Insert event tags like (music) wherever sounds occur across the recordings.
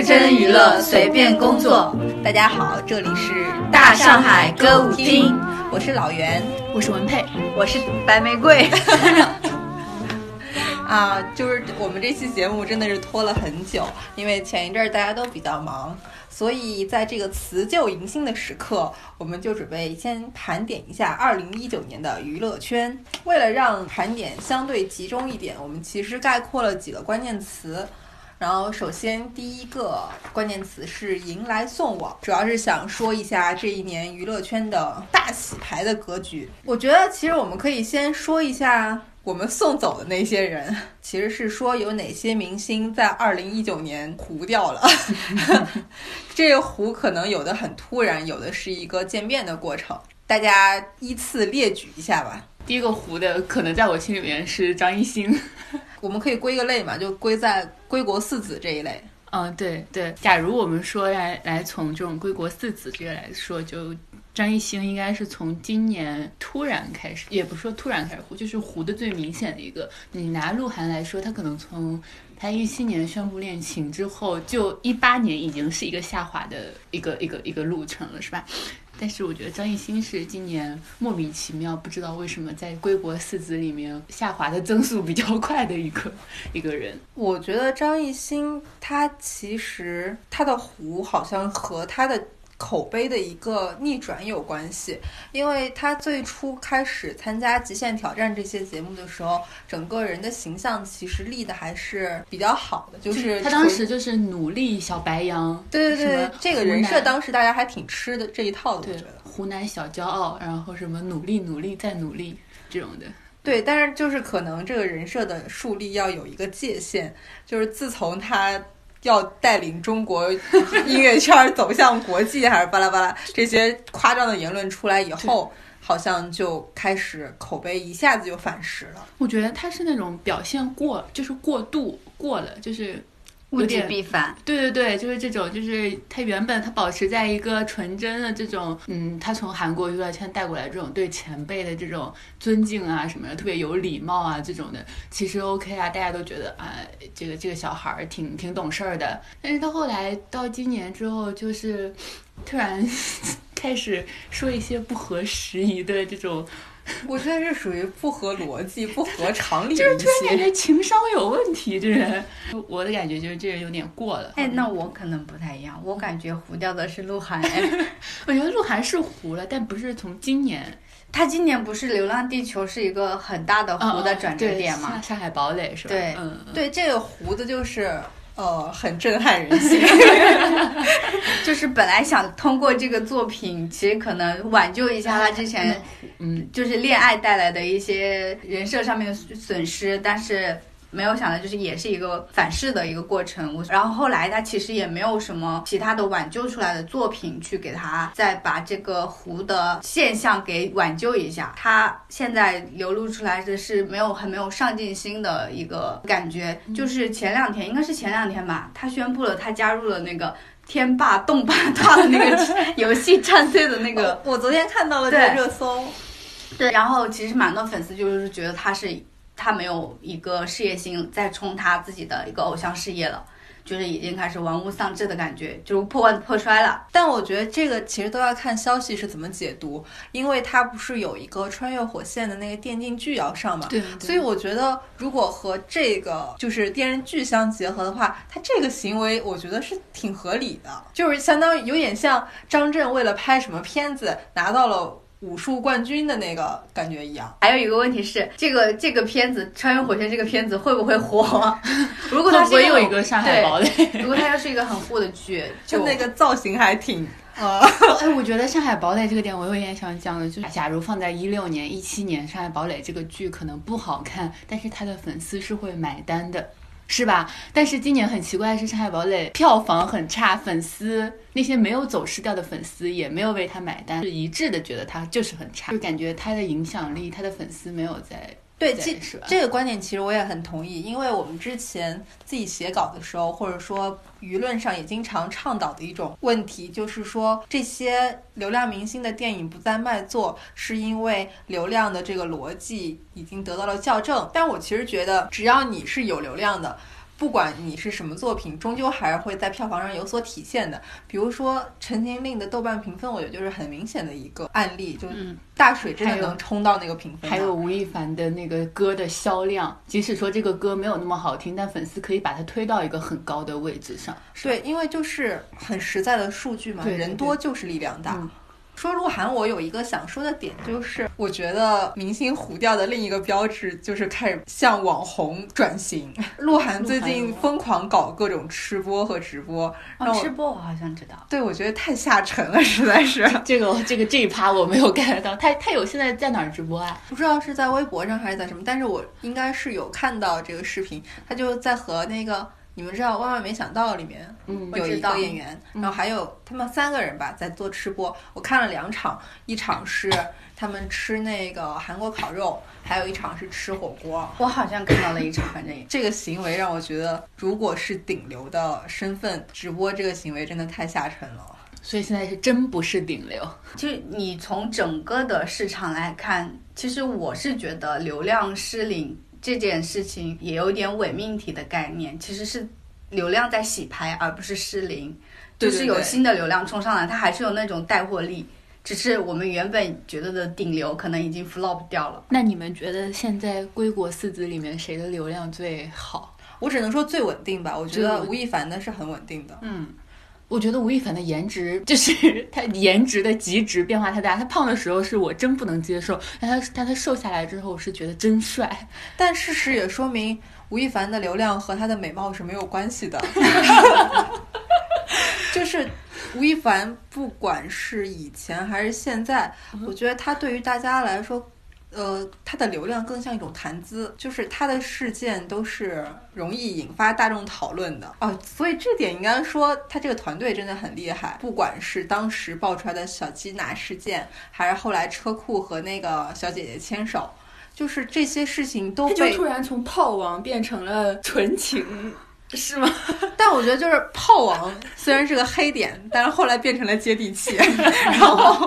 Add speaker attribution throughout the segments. Speaker 1: 乐随便工作。
Speaker 2: 大家好，这里是
Speaker 1: 大上海歌舞厅，
Speaker 2: 我是老袁，
Speaker 3: 我是文佩，
Speaker 1: 我是白玫瑰。
Speaker 2: (laughs) 啊，就是我们这期节目真的是拖了很久，因为前一阵儿大家都比较忙，所以在这个辞旧迎新的时刻，我们就准备先盘点一下二零一九年的娱乐圈。为了让盘点相对集中一点，我们其实概括了几个关键词。然后，首先第一个关键词是迎来送往，主要是想说一下这一年娱乐圈的大洗牌的格局。我觉得其实我们可以先说一下我们送走的那些人， (laughs) 其实是说有哪些明星在二零一九年糊掉了。 (laughs) 这个糊可能有的很突然，有的是一个渐变的过程。大家依次列举一下吧。
Speaker 3: 第一个糊的，可能在我心里面是张艺兴。
Speaker 2: 我们可以归个类嘛，就归在归国四子这一类。
Speaker 3: 嗯，对对。假如我们说来来从这种归国四子这个来说，就张艺兴应该是从今年突然开始，也不是说突然开始糊，就是糊的最明显的一个。你拿鹿晗来说，他可能从他一七年宣布恋情之后，就一八年已经是一个下滑的一个一个一个路程了，是吧？但是我觉得张艺兴是今年莫名其妙，不知道为什么在归国四子里面下滑的增速比较快的一个一个人。
Speaker 2: 我觉得张艺兴他其实他的糊好像和他的口碑的一个逆转有关系，因为他最初开始参加《极限挑战》这些节目的时候，整个人的形象其实立的还是比较好的，就是
Speaker 3: 他当时就是努力小白羊，
Speaker 2: 对对对，这个人设当
Speaker 3: 时
Speaker 2: 时大家还挺吃的这一套的，我觉得。
Speaker 3: 湖南小骄傲，然后什么努力努力再努力这种的。
Speaker 2: 对，但是就是可能这个人设的树立要有一个界限，就是自从他要带领中 (laughs) 国音乐圈儿走向国际，还是巴拉巴拉这些夸张的言论出来以后，好像就开始口碑一下子就反噬了。
Speaker 3: 我觉得他是那种表现过，就是过度过了，就是
Speaker 1: 物
Speaker 3: 有
Speaker 1: 极
Speaker 3: 点
Speaker 1: 必反，
Speaker 3: 对对对，就是这种，就是他原本他保持在一个纯真的这种，嗯，他从韩国娱乐圈带过来这种对前辈的这种尊敬啊什么的，特别有礼貌啊这种的，其实 OK 啊，大家都觉得啊，这个这个小孩儿挺挺懂事儿的。但是到后来到今年之后，就是突然 (laughs) 开始说一些不合时宜的这种
Speaker 2: 我觉得是属于不合逻辑、不 (laughs) 合常理
Speaker 3: 就是
Speaker 2: 的一
Speaker 3: 突然感
Speaker 2: 些。
Speaker 3: 觉情商有问题，这人，我的感觉就是这人有点过了。
Speaker 1: 哎，那我可能不太一样，我感觉糊掉的是鹿晗。哎
Speaker 3: 我觉得鹿晗是糊了，但不是从今年
Speaker 1: (laughs) 他今年不是《流浪地球》是一个很大的
Speaker 3: 嗯哦
Speaker 1: 糊的转折点
Speaker 3: 嘛，
Speaker 1: 嘛？
Speaker 3: 上上海堡垒是吧？
Speaker 1: 对
Speaker 3: 嗯，嗯
Speaker 2: 对，这个胡子就是呃，很震撼人心。
Speaker 1: 就是本来想通过这个作品，其实可能挽救一下他之前
Speaker 3: 嗯，
Speaker 1: 就是恋爱带来的一些人设上面的损失，但是没有想到就是也是一个反噬的一个过程。我然后后来他其实也没有什么其他的挽救出来的作品去给他再把这个湖的现象给挽救一下。他现在流露出来的是没有很没有上进心的一个感觉，就是前两天应该是前两天吧，他宣布了他加入了那个。天霸动霸大的那个 (laughs) 游戏战队的那个
Speaker 2: (laughs) 我我昨天看到了这个
Speaker 1: 对
Speaker 2: 热搜，
Speaker 1: 对，然后其实蛮多粉丝就是觉得他是他没有一个事业心在冲他自己的一个偶像事业了，就是已经开始玩物丧志的感觉，就是破罐子破摔了。
Speaker 2: 但我觉得这个其实都要看消息是怎么解读，因为它不是有一个穿越火线的那个电竞剧要上嘛，
Speaker 3: 对，
Speaker 2: 所以我觉得如果和这个就是电视剧相结合的话，他这个行为我觉得是挺合理的，就是相当于有点像张震为了拍什么片子拿到了武术冠军的那个感觉一样。
Speaker 1: 还有一个问题是，这个这个片子《穿越火线》这个片子会不会火？ (laughs) 如果
Speaker 3: 会
Speaker 1: 它是
Speaker 3: 不会
Speaker 1: 种
Speaker 3: 又一个上海堡垒？ (laughs)
Speaker 1: 对，如果它要是一个很火的剧，
Speaker 2: 就
Speaker 1: 就
Speaker 2: 那个造型还挺，呃，
Speaker 3: 哎，我觉得上海堡垒这个点我有点想讲的，就是假如放在一六年、一七年，上海堡垒这个剧可能不好看，但是他的粉丝是会买单的。是吧？但是今年很奇怪的是，《上海堡垒》票房很差，粉丝那些没有走失掉的粉丝也没有为他买单，是一致的觉得他就是很差，就感觉他的影响力、他的粉丝没有在
Speaker 2: 对，
Speaker 3: 在
Speaker 2: 这
Speaker 3: 是吧？
Speaker 2: 这个观点其实我也很同意，因为我们之前自己写稿的时候，或者说舆论上也经常倡导的一种问题，就是说这些流量明星的电影不再卖座，是因为流量的这个逻辑已经得到了校正。但我其实觉得，只要你是有流量的。不管你是什么作品，终究还是会在票房上有所体现的。比如说《陈情令》的豆瓣评分，我觉得就是很明显的一个案例，就
Speaker 3: 嗯
Speaker 2: 大水真的
Speaker 3: 还有
Speaker 2: 能冲到那个评分。
Speaker 3: 还有，吴亦凡的那个歌的销量，即使说这个歌没有那么好听，但粉丝可以把它推到一个很高的位置上。
Speaker 2: 对，因为就是很实在的数据嘛，
Speaker 3: 对对
Speaker 2: 人多就是力量大。
Speaker 3: 嗯
Speaker 2: 说鹿晗，我有一个想说的点，就是我觉得明星糊掉的另一个标志就是开始向网红转型。鹿晗最近疯狂搞各种吃播和直播，让
Speaker 1: 哦，
Speaker 2: 我
Speaker 1: 吃播我好像知道，
Speaker 2: 对我觉得太下沉了，实在是
Speaker 3: 这个这个这一趴我没有 get 到，他他有现在在哪儿直播啊？
Speaker 2: (laughs) 不知道是在微博上还是在什么，但是我应该是有看到这个视频，他就在和那个你们知道《万万没想到》里面
Speaker 3: 嗯
Speaker 1: 我
Speaker 2: 有一
Speaker 1: 知道嗯
Speaker 2: 个演员，然后还有他们三个人吧，在做吃播。我看了两场，一场是他们吃那个韩国烤肉，还有一场是吃火锅。
Speaker 1: 我好像看到了一场，反正也
Speaker 2: 这个行为让我觉得，如果是顶流的身份直播，这个行为真的太下沉了。
Speaker 3: 所以现在是真不是顶流。
Speaker 1: 就是你从整个的市场来看，其实我是觉得流量失灵这件事情也有点伪命题的概念，其实是流量在洗牌，而不是失灵。
Speaker 2: 对
Speaker 1: 就是
Speaker 2: 对
Speaker 1: 有
Speaker 2: 对
Speaker 1: 新的流量冲上来，它还是有那种带货力，只是我们原本觉得的顶流可能已经 flop 掉了。
Speaker 3: 那你们觉得现在归国四子里面谁的流量最好？
Speaker 2: 我只能说最稳定吧，我觉
Speaker 3: 最
Speaker 2: 得
Speaker 3: 稳
Speaker 2: 吴亦凡的是很稳定的。
Speaker 3: 嗯。我觉得吴亦凡的颜值就是 (laughs) 他颜值的极值变化太大。他胖的时候是我真不能接受，但他但他瘦下来之后，我是觉得真帅。
Speaker 2: 但事实也说明，吴亦凡的流量和他的美貌是没有关系
Speaker 4: (laughs)
Speaker 2: 的。就是吴亦凡，不管是以前还是现在，
Speaker 4: 嗯
Speaker 2: 我觉得他对于大家来说，呃，他的流量更像一种谈资，就是他的事件都是容易引发大众讨论的哦。所以这点应该说，他这个团队真的很厉害。不管是当时爆出来的小鸡拿事件，还是后来车库和那个小姐姐牵手。就是这些事情都
Speaker 4: 他就
Speaker 2: 被
Speaker 4: 突然从炮王变成了纯情，是吗？
Speaker 2: 但我觉得就是炮王虽然是个黑点，但是后来变成了接地气， (laughs) 然后。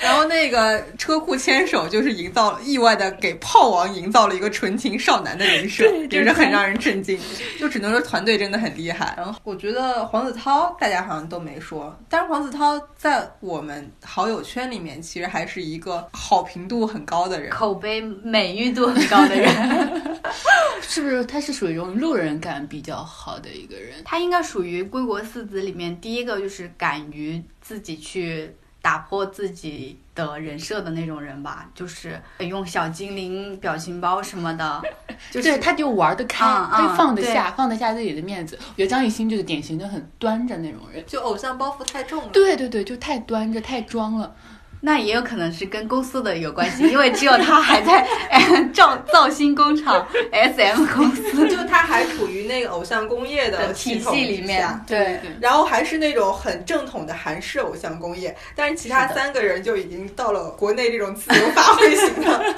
Speaker 2: 然后那个车库牵手就是营造了意外的给炮王营造了一个纯情少男的人设，
Speaker 4: 对就
Speaker 2: 也
Speaker 4: 是
Speaker 2: 是很
Speaker 4: 他
Speaker 2: 让人震惊。就只能说团队真的很厉害。然后我觉得黄子韬大家好像都没说，但是黄子韬在我们好友圈里面其实还是一个好评度很高的人。
Speaker 1: 口碑美誉度很高的人，
Speaker 3: 是不是他是属于一种路人感比较好的一个人？
Speaker 1: 他应该属于归国四子里面第一个，就是敢于自己去打破自己的人设的那种人吧， (laughs) 就是用小精灵表情包什么的，就是
Speaker 3: 对，他就啊玩得开，
Speaker 1: 嗯嗯
Speaker 3: 他就放得下，放得下自己的面子。我觉得张艺兴就是典型的很端着那种人。
Speaker 2: 就偶像包袱太重了，
Speaker 3: 对对对，就太端着，太装了。
Speaker 1: 那也有可能是跟公司的有关系，因为只有他还在 (laughs) 哎造造星工厂 SM 公司
Speaker 2: 就他还处于那个偶像工业
Speaker 1: 的体系里面，
Speaker 3: 对对
Speaker 2: 然后还是那种很正统的韩式偶像工业，但是其他
Speaker 3: 是的
Speaker 2: 三个人就已经到了国内这种自由发挥型
Speaker 3: (laughs)
Speaker 2: 的。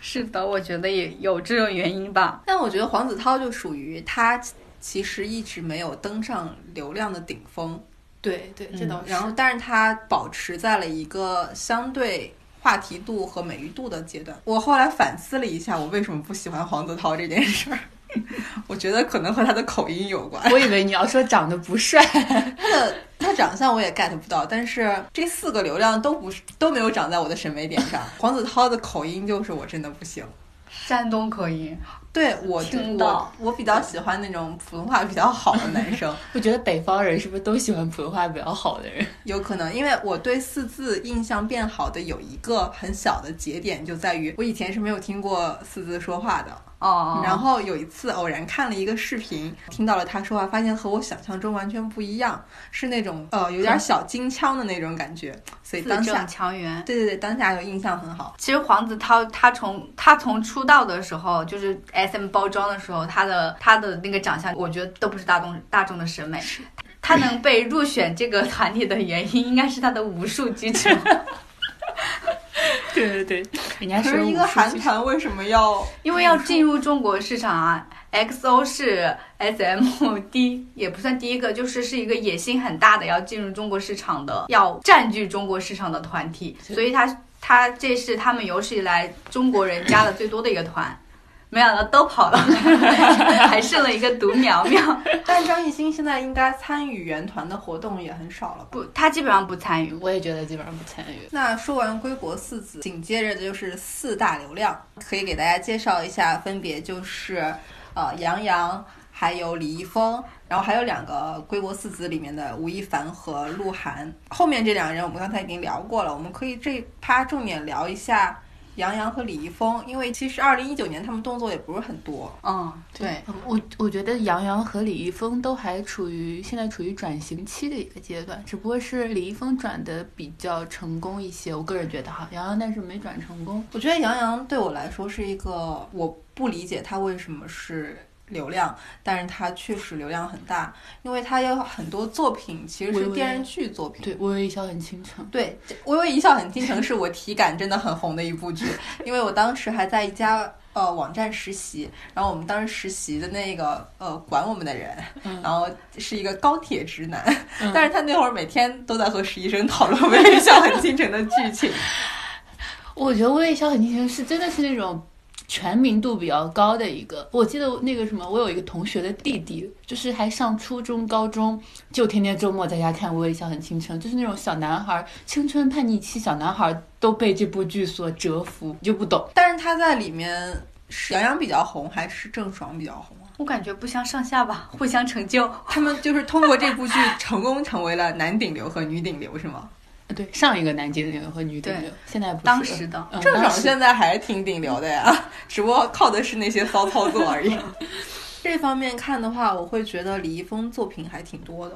Speaker 1: 是的，我觉得也有这种原因吧。
Speaker 2: 但我觉得黄子韬就属于他，其实一直没有登上流量的顶峰，
Speaker 4: 对对，这
Speaker 3: 嗯
Speaker 4: 倒是。
Speaker 2: 然后但是他保持在了一个相对。话题度和美誉度的阶段，我后来反思了一下，我为什么不喜欢黄子韬这件事儿， (laughs) 我觉得可能和他的口音有关。
Speaker 3: (laughs) 我以为你要说长得不帅，
Speaker 2: 他的他长相我也 get 不到，但是这四个流量都不是都没有长在我的审美点上。黄子韬的口音就是我真的不行，
Speaker 1: 山东口音，
Speaker 2: 对我
Speaker 1: 听
Speaker 2: 我
Speaker 1: 到
Speaker 2: 我比较喜欢那种普通话比较好的男生，
Speaker 3: 我觉得北方人是不是都喜欢普通话比较好的人？
Speaker 2: 有可能因为我对四字印象变好的有一个很小的节点，就在于我以前是没有听过四字说话的，
Speaker 1: 哦，
Speaker 2: 然后有一次偶然看了一个视频，听到了他说话，发现和我想象中完全不一样，是那种呃有
Speaker 1: 嗯
Speaker 2: 点小京腔的那种感觉，所以
Speaker 1: 字
Speaker 2: 当下
Speaker 1: 正。腔圆，
Speaker 2: 对对对，当下就印象很好。
Speaker 1: 其实黄子韬他从他从出道的时候，就是 S M 包装的时候，他的他的那个长相，我觉得都不是大众大众的审美。他能被入选这个团体的原因，应该是他的武术基础。
Speaker 3: 对对对，人家
Speaker 2: 可
Speaker 3: 说
Speaker 2: 是一个
Speaker 3: 武术
Speaker 2: 韩
Speaker 3: 剧
Speaker 2: 团为什么要？
Speaker 1: 因为要进入中国市场啊，XO 是 SM 第一也不算第一个，就是是一个野心很大的要进入中国市场的，要占据中国市场的团体，所以他他这是他们有史以来中国人加的最多的一个团。没想到都跑了， (laughs) 还剩了一个独苗苗。
Speaker 2: (laughs) 但张艺兴现在应该参与原团的活动也很少了吧？
Speaker 1: 不，他基本上不参与。
Speaker 3: 我也觉得基本上不参与。
Speaker 2: 那说完归国四子，紧接着就是四大流量，可以给大家介绍一下，分别就是呃杨洋，还有李易峰，然后还有两个归国四子里面的吴亦凡和鹿晗。后面这两个人我们刚才已经聊过了，我们可以这一趴重点聊一下杨洋和李易峰，因为其实二零一九年他们动作也不是很多。
Speaker 1: 嗯，对，
Speaker 3: 我我觉得杨洋和李易峰都还处于现在处于转型期的一个阶段，只不过是李易峰转的比较成功一些，我个人觉得哈，杨洋但是没转成功。
Speaker 2: 我觉得杨洋对我来说是一个我不理解他为什么是流量，但是他确实流量很大，因为他有很多作品其实
Speaker 3: 微
Speaker 2: 是
Speaker 3: 微
Speaker 2: 电视剧作品。
Speaker 3: 对，微微一笑很倾城。
Speaker 2: 对，这《微微一笑很倾城》是我体感真的很红的一部剧，因为我当时还在一家呃网站实习，然后我们当时实习的那个呃管我们的人，
Speaker 3: 嗯
Speaker 2: 然后是一个高铁直男，
Speaker 3: 嗯
Speaker 2: 但是他那会儿每天都在和实习生讨论《微
Speaker 3: (laughs)
Speaker 2: 微一笑很倾城》的剧情，
Speaker 3: 我觉得《微微一笑很倾城》是真的是那种全民度比较高的一个。我记得那个什么，我有一个同学的弟弟，就是还上初中、高中，就天天周末在家看《微微一笑很倾城》，就是那种小男孩儿青春叛逆期小男孩儿都被这部剧所折服，你就不懂。
Speaker 2: 但是他在里面是杨洋比较红还是郑爽比较红啊？
Speaker 1: 我感觉不相上下吧，互相成就。
Speaker 2: 他们就是通过这部剧成功成为了男顶流和女顶流，是吗？
Speaker 3: 对，上一个男顶流和女顶流
Speaker 1: 对，
Speaker 3: 现在不是
Speaker 1: 当时的
Speaker 3: 嗯
Speaker 2: 郑爽
Speaker 3: 当时
Speaker 2: 现在哦还是挺顶流的呀， (laughs) 只不过靠的是那些骚操作而已。 (laughs) 这方面看的话，我会觉得李易峰作品还挺多的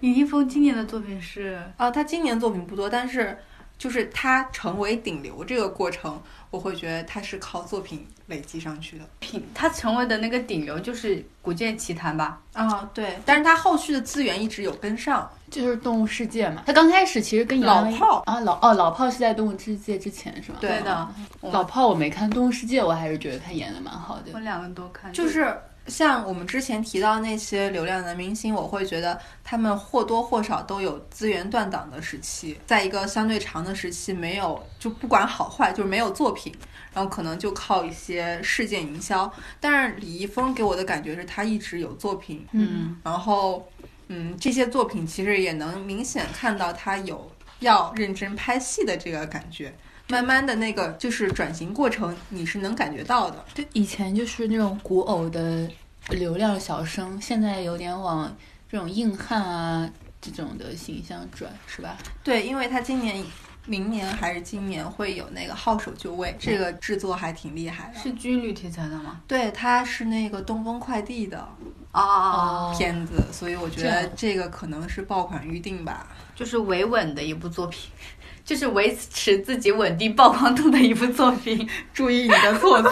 Speaker 1: 李易峰今年的作品是，
Speaker 2: 啊。他今年作品不多，但是就是他成为顶流这个过程，我会觉得他是靠作品累积上去的
Speaker 1: 品，他成为的那个顶流就是《古剑奇谭》吧？
Speaker 2: 啊。对，但是他后续的资源一直有跟上。
Speaker 3: 就是《动物世界》嘛，他刚开始其实跟
Speaker 2: 老
Speaker 3: 杨洋
Speaker 2: 炮
Speaker 3: 啊老哦老炮是在《动物世界》之前是吗？
Speaker 2: 对
Speaker 1: 的，我
Speaker 3: 老炮我没看，《动物世界》我还是觉得他演的蛮好的
Speaker 1: 我。两个都看，
Speaker 2: 就是像我们之前提到那些流量男明星，我会觉得他们或多或少都有资源断档的时期，在一个相对长的时期没有，就不管好坏，就是没有作品，然后可能就靠一些事件营销。但是李易峰给我的感觉是他一直有作品，
Speaker 1: 嗯，
Speaker 2: 然后嗯，这些作品其实也能明显看到他有要认真拍戏的这个感觉。慢慢的那个就是转型过程，你是能感觉到的。
Speaker 3: 对，以前就是那种古偶的流量小生，现在有点往这种硬汉啊这种的形象转，是吧？
Speaker 2: 对，因为他今年、明年还是今年会有那个《号手就位》，这个制作还挺厉害的。
Speaker 1: 嗯是军旅题材的吗？
Speaker 2: 对，他是那个东风快递的
Speaker 1: 哦，
Speaker 2: 片子，所以我觉
Speaker 3: 这
Speaker 2: 得
Speaker 3: 样
Speaker 2: 这个可能是爆款预定吧。
Speaker 1: 就是维稳的一部作品， (laughs) 就是维持自己稳定曝光度的一部作 (laughs) 品。
Speaker 2: 注意你的措辞。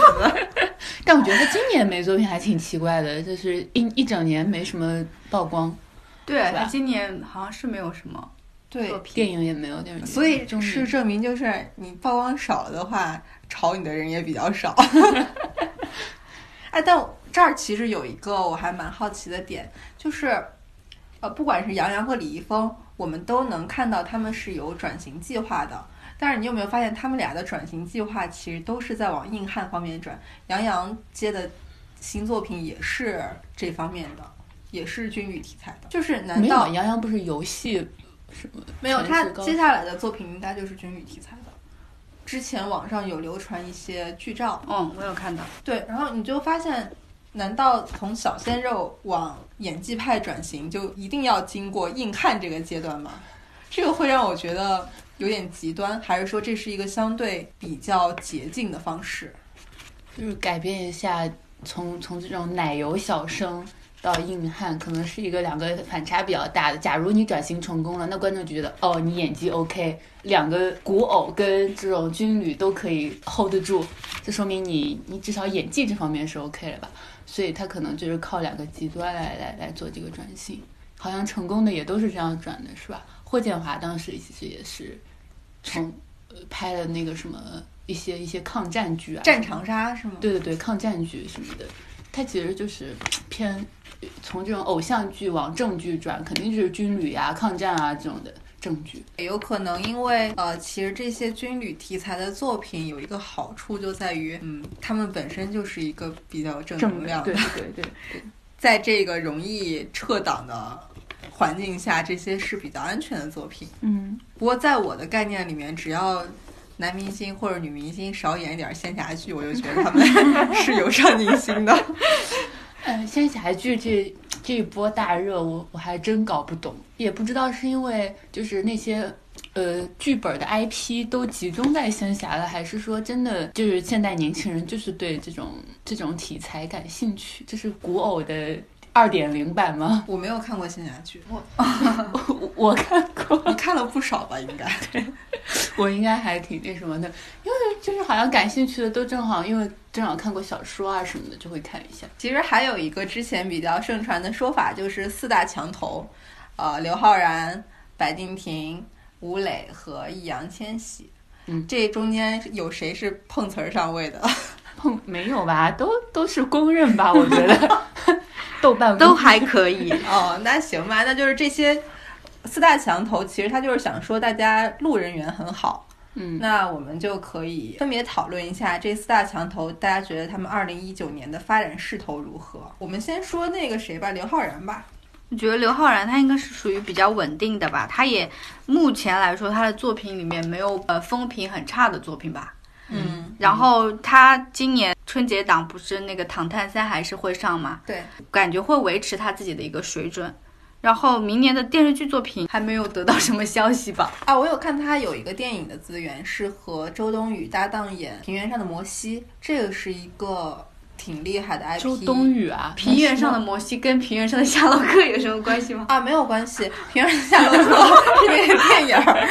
Speaker 3: 但我觉得他今年没作品还挺奇怪的，就是一一整年没什么曝
Speaker 2: (laughs)
Speaker 3: 光，
Speaker 1: (laughs) 对
Speaker 3: 是吧
Speaker 1: 他今年好像是没有什么作
Speaker 2: 对，
Speaker 1: 品，
Speaker 3: 电影也没有，电视剧
Speaker 2: 所以
Speaker 3: 中
Speaker 2: 是
Speaker 3: 年
Speaker 2: 证明就是你曝光少了的话，炒你的人也比
Speaker 3: (laughs)
Speaker 2: 较少。哎，但我这儿其实有一个我还蛮好奇的点，就是，呃，不管是杨洋和李易峰，我们都能看到他们是有转型计划的。但是你有没有发现，他们俩的转型计划其实都是在往硬汉方面转？杨洋接的新作品也是这方面的，也是军旅题材的。就是难
Speaker 3: 没有
Speaker 2: 道
Speaker 3: 啊杨洋不是游戏什么？
Speaker 2: 没有，
Speaker 3: 全
Speaker 2: 他
Speaker 3: 职高
Speaker 2: 接下来的作品应该就是军旅题材的。之前网上有流传一些剧照，
Speaker 1: 嗯，我有看到。
Speaker 2: 对，然后你就发现，难道从小鲜肉往演技派转型，就一定要经过硬汉这个阶段吗？这个会让我觉得有点极端，还是说这是一个相对比较捷径的方式？
Speaker 3: 就是改变一下从，从这种奶油小生到硬汉，可能是一个两个反差比较大的。假如你转型成功了，那观众就觉得哦，你演技 OK，两个古偶跟这种军旅都可以 hold 得住，这说明你你至少演技这方面是 OK 了吧？所以他可能就是靠两个极端来来来做这个转型，好像成功的也都是这样转的，是吧？霍建华当时其实也是从呃拍了那个什么一些一些抗战剧啊，
Speaker 2: 战长沙是吗？
Speaker 3: 对对对，抗战剧什么的，它其实就是偏从这种偶像剧往正剧转，肯定就是军旅啊、抗战啊这种的，证据。
Speaker 2: 也有可能因为呃，其实这些军旅题材的作品有一个好处就在于，嗯，他们本身就是一个比较正能量的
Speaker 3: 对，对对，
Speaker 2: 在这个容易撤档的环境下，这些是比较安全的作品。
Speaker 3: 嗯，
Speaker 2: 不过在我的概念里面，只要男明星或者女明星少演一点仙侠剧，我就觉得他们 (laughs) 是有上进心的。
Speaker 3: 呃，仙侠剧这这一波大热，我我还真搞不懂，也不知道是因为就是那些。呃，剧本的 IP 都集中在仙侠了，还是说真的就是现代年轻人就是对这种这种题材感兴趣？这是古偶的二点零版吗？(laughs)
Speaker 2: (laughs) 我没有看过仙侠剧，
Speaker 3: 我我看过，
Speaker 2: (laughs) 你看了不少吧？应该。
Speaker 3: 我应该还挺那什么的，因为就是好像感兴趣的都正好，因为正好看过小说啊什么的，就会看一下。
Speaker 2: (laughs) 其实还有一个之前比较盛传的说法，就是四大墙头，呃，刘昊然、白敬亭、吴磊和易烊千玺。
Speaker 3: 嗯，
Speaker 2: 这中间有谁是碰瓷儿上位的？
Speaker 3: 碰没有吧？都都是公认吧？我觉 (laughs) 得豆 (laughs) 瓣
Speaker 1: 都还可以。
Speaker 2: (laughs) 哦，那行吧，那就是这些四大墙头，其实他就是想说大家路人缘很好。
Speaker 3: 嗯
Speaker 2: 那我们就可以分别讨论一下这四大墙头，大家觉得他们二零一九年的发展势头如何？我们先说那个谁吧，刘昊然吧。
Speaker 1: 我觉得刘昊然他应该是属于比较稳定的吧，他也目前来说他的作品里面没有呃风评很差的作品吧。
Speaker 2: 嗯，
Speaker 1: 然后他今年春节档不是那个《唐探三》还是会上吗？
Speaker 2: 对，
Speaker 1: 感觉会维持他自己的一个水准。然后明年的电视剧作品还没有得到什么消
Speaker 2: (laughs)
Speaker 1: 息吧？
Speaker 2: 啊，我有看他有一个电影的资源是和周冬雨搭档演《平原上的摩西》，这个是一个挺厉害的 IP。
Speaker 3: 周冬雨啊，
Speaker 1: 平原上的摩西跟平原上的夏洛克有什么关系吗？
Speaker 2: 啊，没有关系，《平原上的夏洛克》是那个电影儿，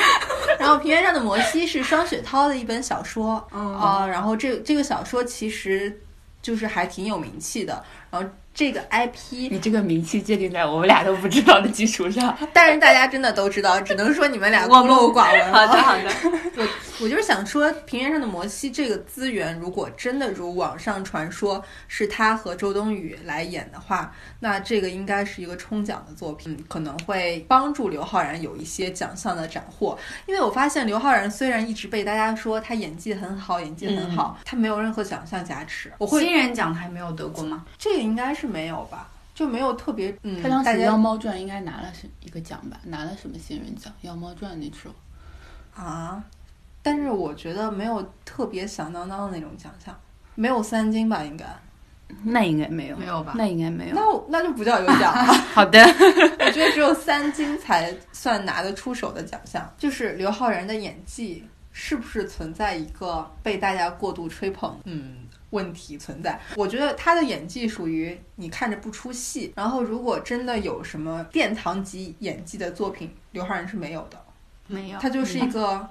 Speaker 2: 然后《平原上的摩西》是双雪涛的一本小说
Speaker 1: 哦
Speaker 2: 啊、然后这这个小说其实就是还挺有名气的，然后这个 IP，
Speaker 3: 你这个名气界定在我们俩都不知道的基础上，
Speaker 2: 但是大家真的都知道，只能说你们俩孤
Speaker 1: 我们
Speaker 2: 陋寡闻
Speaker 1: 好
Speaker 2: 了。
Speaker 1: 的好的，
Speaker 2: 我我就是想说，《平原上的摩西》这个资源，如果真的如网上传说是他和周冬雨来演的话，那这个应该是一个冲奖的作品，可能会帮助刘昊然有一些奖项的斩获。因为我发现刘昊然虽然一直被大家说他演技很好，演技
Speaker 3: 嗯
Speaker 2: 很好，他没有任何奖项加持。我会
Speaker 1: 新人奖还没有得过吗？
Speaker 2: 这个应该是没有吧，就没有特别嗯，
Speaker 3: 他当时
Speaker 2: 大
Speaker 3: 《
Speaker 2: 家
Speaker 3: 妖猫传》应该拿了是一个奖吧？拿了什么新人奖？《妖猫传》那时候，
Speaker 2: 啊，但是我觉得没有特别响当当的那种奖项，没有三金吧，应该。
Speaker 3: 那应该没有，
Speaker 1: 没有吧
Speaker 3: 那应该没有。
Speaker 2: 那我那就不叫有奖了， (laughs)
Speaker 3: 好的，
Speaker 2: 我觉得只有三金才算拿得出手的奖项。就是刘昊然的演技是不是存在一个被大家过度吹捧？嗯。问题存在，我觉得他的演技属于你看着不出戏，然后如果真的有什么殿堂级演技的作品，刘昊然是没有的，
Speaker 1: 没有嗯
Speaker 2: 他就是一个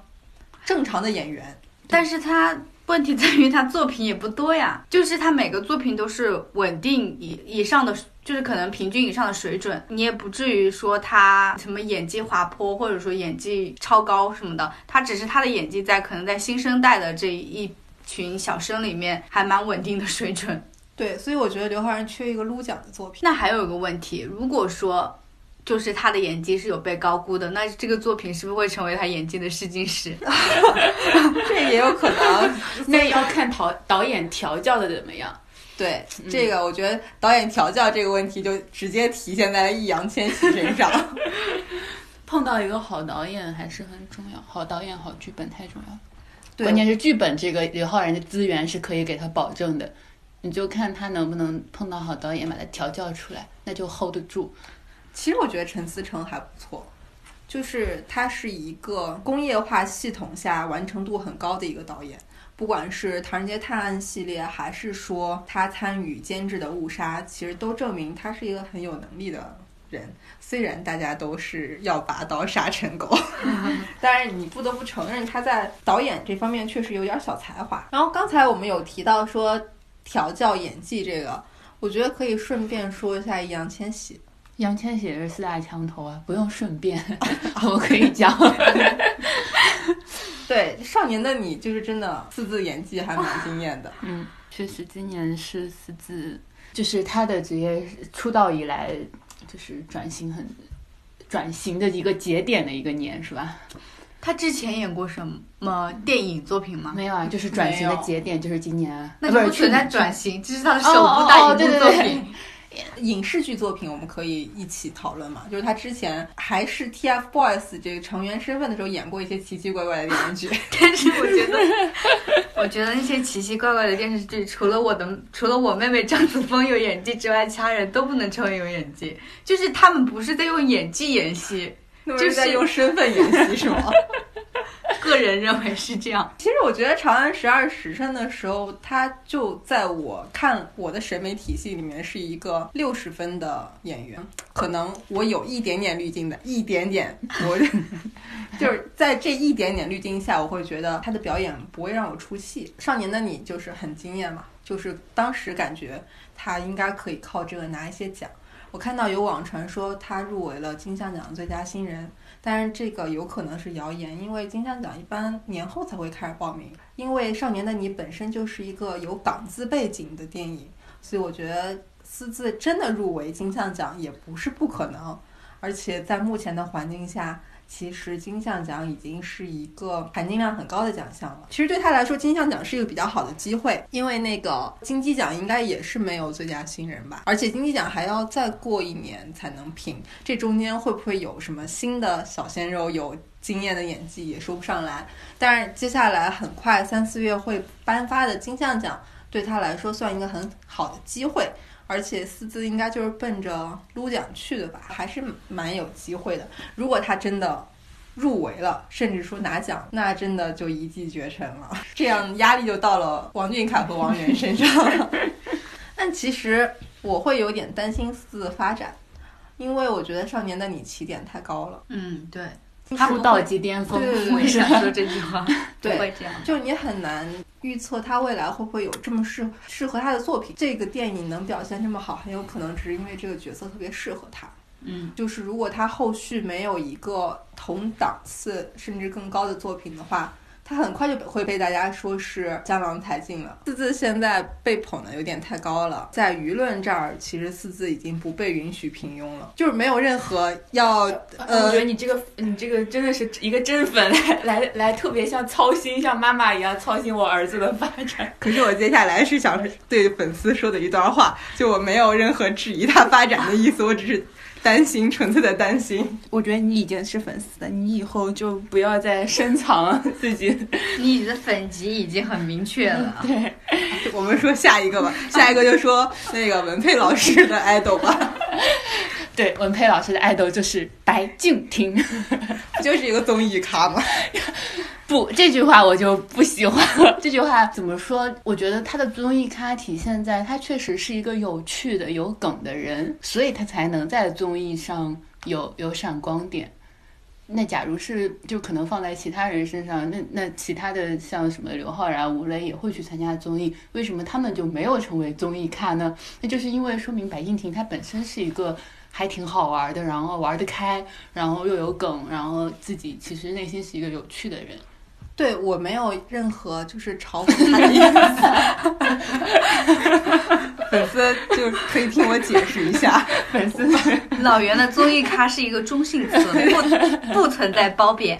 Speaker 2: 正常的演员。
Speaker 1: 但是他问题在于他作品也不多呀， (laughs) 就是他每个作品都是稳定以以上的，就是可能平均以上的水准，你也不至于说他什么演技滑坡，或者说演技超高什么的，他只是他的演技在可能在新生代的这一群小生里面还蛮稳定的水准。 (laughs)
Speaker 2: 对，所以我觉得刘昊然缺一个撸奖的作品。
Speaker 1: 那还有一个问题，如果说。就是他的演技是有被高估的，那这个作品是不是会成为他演技的试金石？
Speaker 2: 这也有可能。
Speaker 3: (laughs) 那要看导导演调教的怎么样。
Speaker 2: 对这个，我觉得导演调教这个问题就直接体现在了易烊千玺身上。
Speaker 3: 碰到一个好导演还是很重要，好导演、好剧本太重要了。
Speaker 2: 对
Speaker 3: 关键是剧本这个刘昊然的资源是可以给他保证的，你就看他能不能碰到好导演把他调教出来，那就 hold 得住。
Speaker 2: 其实我觉得陈思诚还不错，就是他是一个工业化系统下完成度很高的一个导演。不管是《唐人街探案》系列，还是说他参与监制的《误杀》，其实都证明他是一个很有能力的人。虽然大家都是要拔刀杀成狗， (laughs) 但是你不得不承认他在导演这方面确实有点小才华。然后刚才我们有提到说调教演技这个，我觉得可以顺便说一下易烊千玺。
Speaker 3: 易烊千玺也是四大墙头啊，不用顺 (laughs) 便，我可以讲。
Speaker 2: 对，少年的你就是真的四字演技还蛮惊艳的。
Speaker 3: 嗯，确实，今年是四字，就是他的职业出道以来，就是转型很转型的一个节点的一个年，是吧？
Speaker 1: 他之前演过什么电影作品吗？
Speaker 3: 没有啊，就是转型的节点就是今年啊，
Speaker 1: 那
Speaker 3: 啊不
Speaker 1: 就是不存
Speaker 3: 去
Speaker 1: 在
Speaker 3: 年
Speaker 1: 转型，这是他的首部大
Speaker 3: 哦哦哦
Speaker 1: 荧幕
Speaker 3: 对对
Speaker 1: 作
Speaker 3: 对
Speaker 1: 品。
Speaker 2: (laughs) 影视剧作品我们可以一起讨论嘛？就是他之前还是 TFBOYS 这个成员身份的时候，演过一些奇奇怪怪的电视剧。
Speaker 1: (laughs) 但是我觉得， (laughs) 我觉得那些奇奇怪怪的电视剧，除了我的，除了我妹妹张子枫有演技之外，其他人都不能称为有演技。就是他们不是在用演技演戏，
Speaker 2: (laughs) 那
Speaker 1: 就是
Speaker 2: 是在 (laughs) 用身份演戏是吗？
Speaker 1: 个人认为是这样。
Speaker 2: 其实我觉得《长安十二时辰》的时候，他就在我看我的审美体系里面是一个六十分的演员，可能我有一点点滤镜的，一点点，我 (laughs) 就是在这一点点滤镜下，我会觉得他的表演不会让我出戏。《少年的你》就是很惊艳嘛，就是当时感觉他应该可以靠这个拿一些奖。我看到有网传说他入围了金像奖最佳新人，但是这个有可能是谣言，因为金像奖一般年后才会开始报名。因为《少年的你》本身就是一个有港资背景的电影，所以我觉得私自真的入围金像奖也不是不可能。而且在目前的环境下，其实金像奖已经是一个含金量很高的奖项了。其实对他来说，金像奖是一个比较好的机会，因为那个金鸡奖应该也是没有最佳新人吧，而且金鸡奖还要再过一年才能评，这中间会不会有什么新的小鲜肉有惊艳的演技也说不上来。但是接下来很快三四月会颁发的金像奖，对他来说算一个很好的机会。而且斯兹应该就是奔着撸奖去的吧，还是蛮有机会的。如果他真的入围了，甚至说拿奖，那真的就一骑绝尘了。 (laughs) 这样压力就到了王俊凯和王源身上 (laughs) 了。但其实我会有点担心四的发展，因为我觉得《少年的你》起点太高了，
Speaker 1: 嗯，对，
Speaker 2: 他
Speaker 3: 出
Speaker 2: 们
Speaker 3: 道即巅峰
Speaker 2: 对，
Speaker 4: (laughs)
Speaker 2: 对
Speaker 1: 我也
Speaker 2: 对，
Speaker 1: 想说这句 (laughs) 话，
Speaker 2: 对
Speaker 1: 不会这样。
Speaker 2: 就你很难预测他未来会不会有这么适适合他的作品。这个电影能表现这么好，很有可能只是因为这个角色特别适合他。
Speaker 1: 嗯，
Speaker 2: 就是如果他后续没有一个同档次甚至更高的作品的话，他很快就会被大家说是江郎才尽了。四字现在被捧的有点太高了，在舆论这儿，其实四字已经不被允许平庸了，就是没有任何要
Speaker 4: 我觉得
Speaker 2: 呃。
Speaker 4: 你这个你这个真的是一个真粉 (laughs) 来来来，特别像操心像妈妈一样操心我儿子的发展。
Speaker 2: 可是我接下来是想对粉丝说的一段话，就我没有任何质疑他发展的意思，我只是担心，纯粹的担心。
Speaker 4: 我觉得你已经是粉丝了，你以后就不要再深藏 (laughs) 自己。
Speaker 1: 你的粉级已经很明确了。
Speaker 4: 对，
Speaker 2: 我们说下一个 (laughs) 吧，下一个就说那个文佩老师的 idol 吧。
Speaker 3: 对，文佩老师的爱豆就是白敬亭。
Speaker 2: 就是一个综艺咖嘛。
Speaker 3: 不，这句话我就不喜欢了。 (laughs) 这句话怎么说？我觉得他的综艺咖体现在他确实是一个有趣的、有梗的人，所以他才能在综艺上有有闪光点。那假如是就可能放在其他人身上，那那其他的像什么刘昊然、吴磊也会去参加综艺，为什么他们就没有成为综艺咖呢？那就是因为说明白敬亭他本身是一个还挺好玩的，然后玩得开，然后又有梗，然后自己其实内心是一个有趣的人。
Speaker 2: 对我没有任何就是嘲讽他的意思， (laughs) 粉丝就是可以听我解释一下。
Speaker 3: 粉丝
Speaker 1: (laughs) 老袁的综艺咖是一个中性词，不不存在褒贬。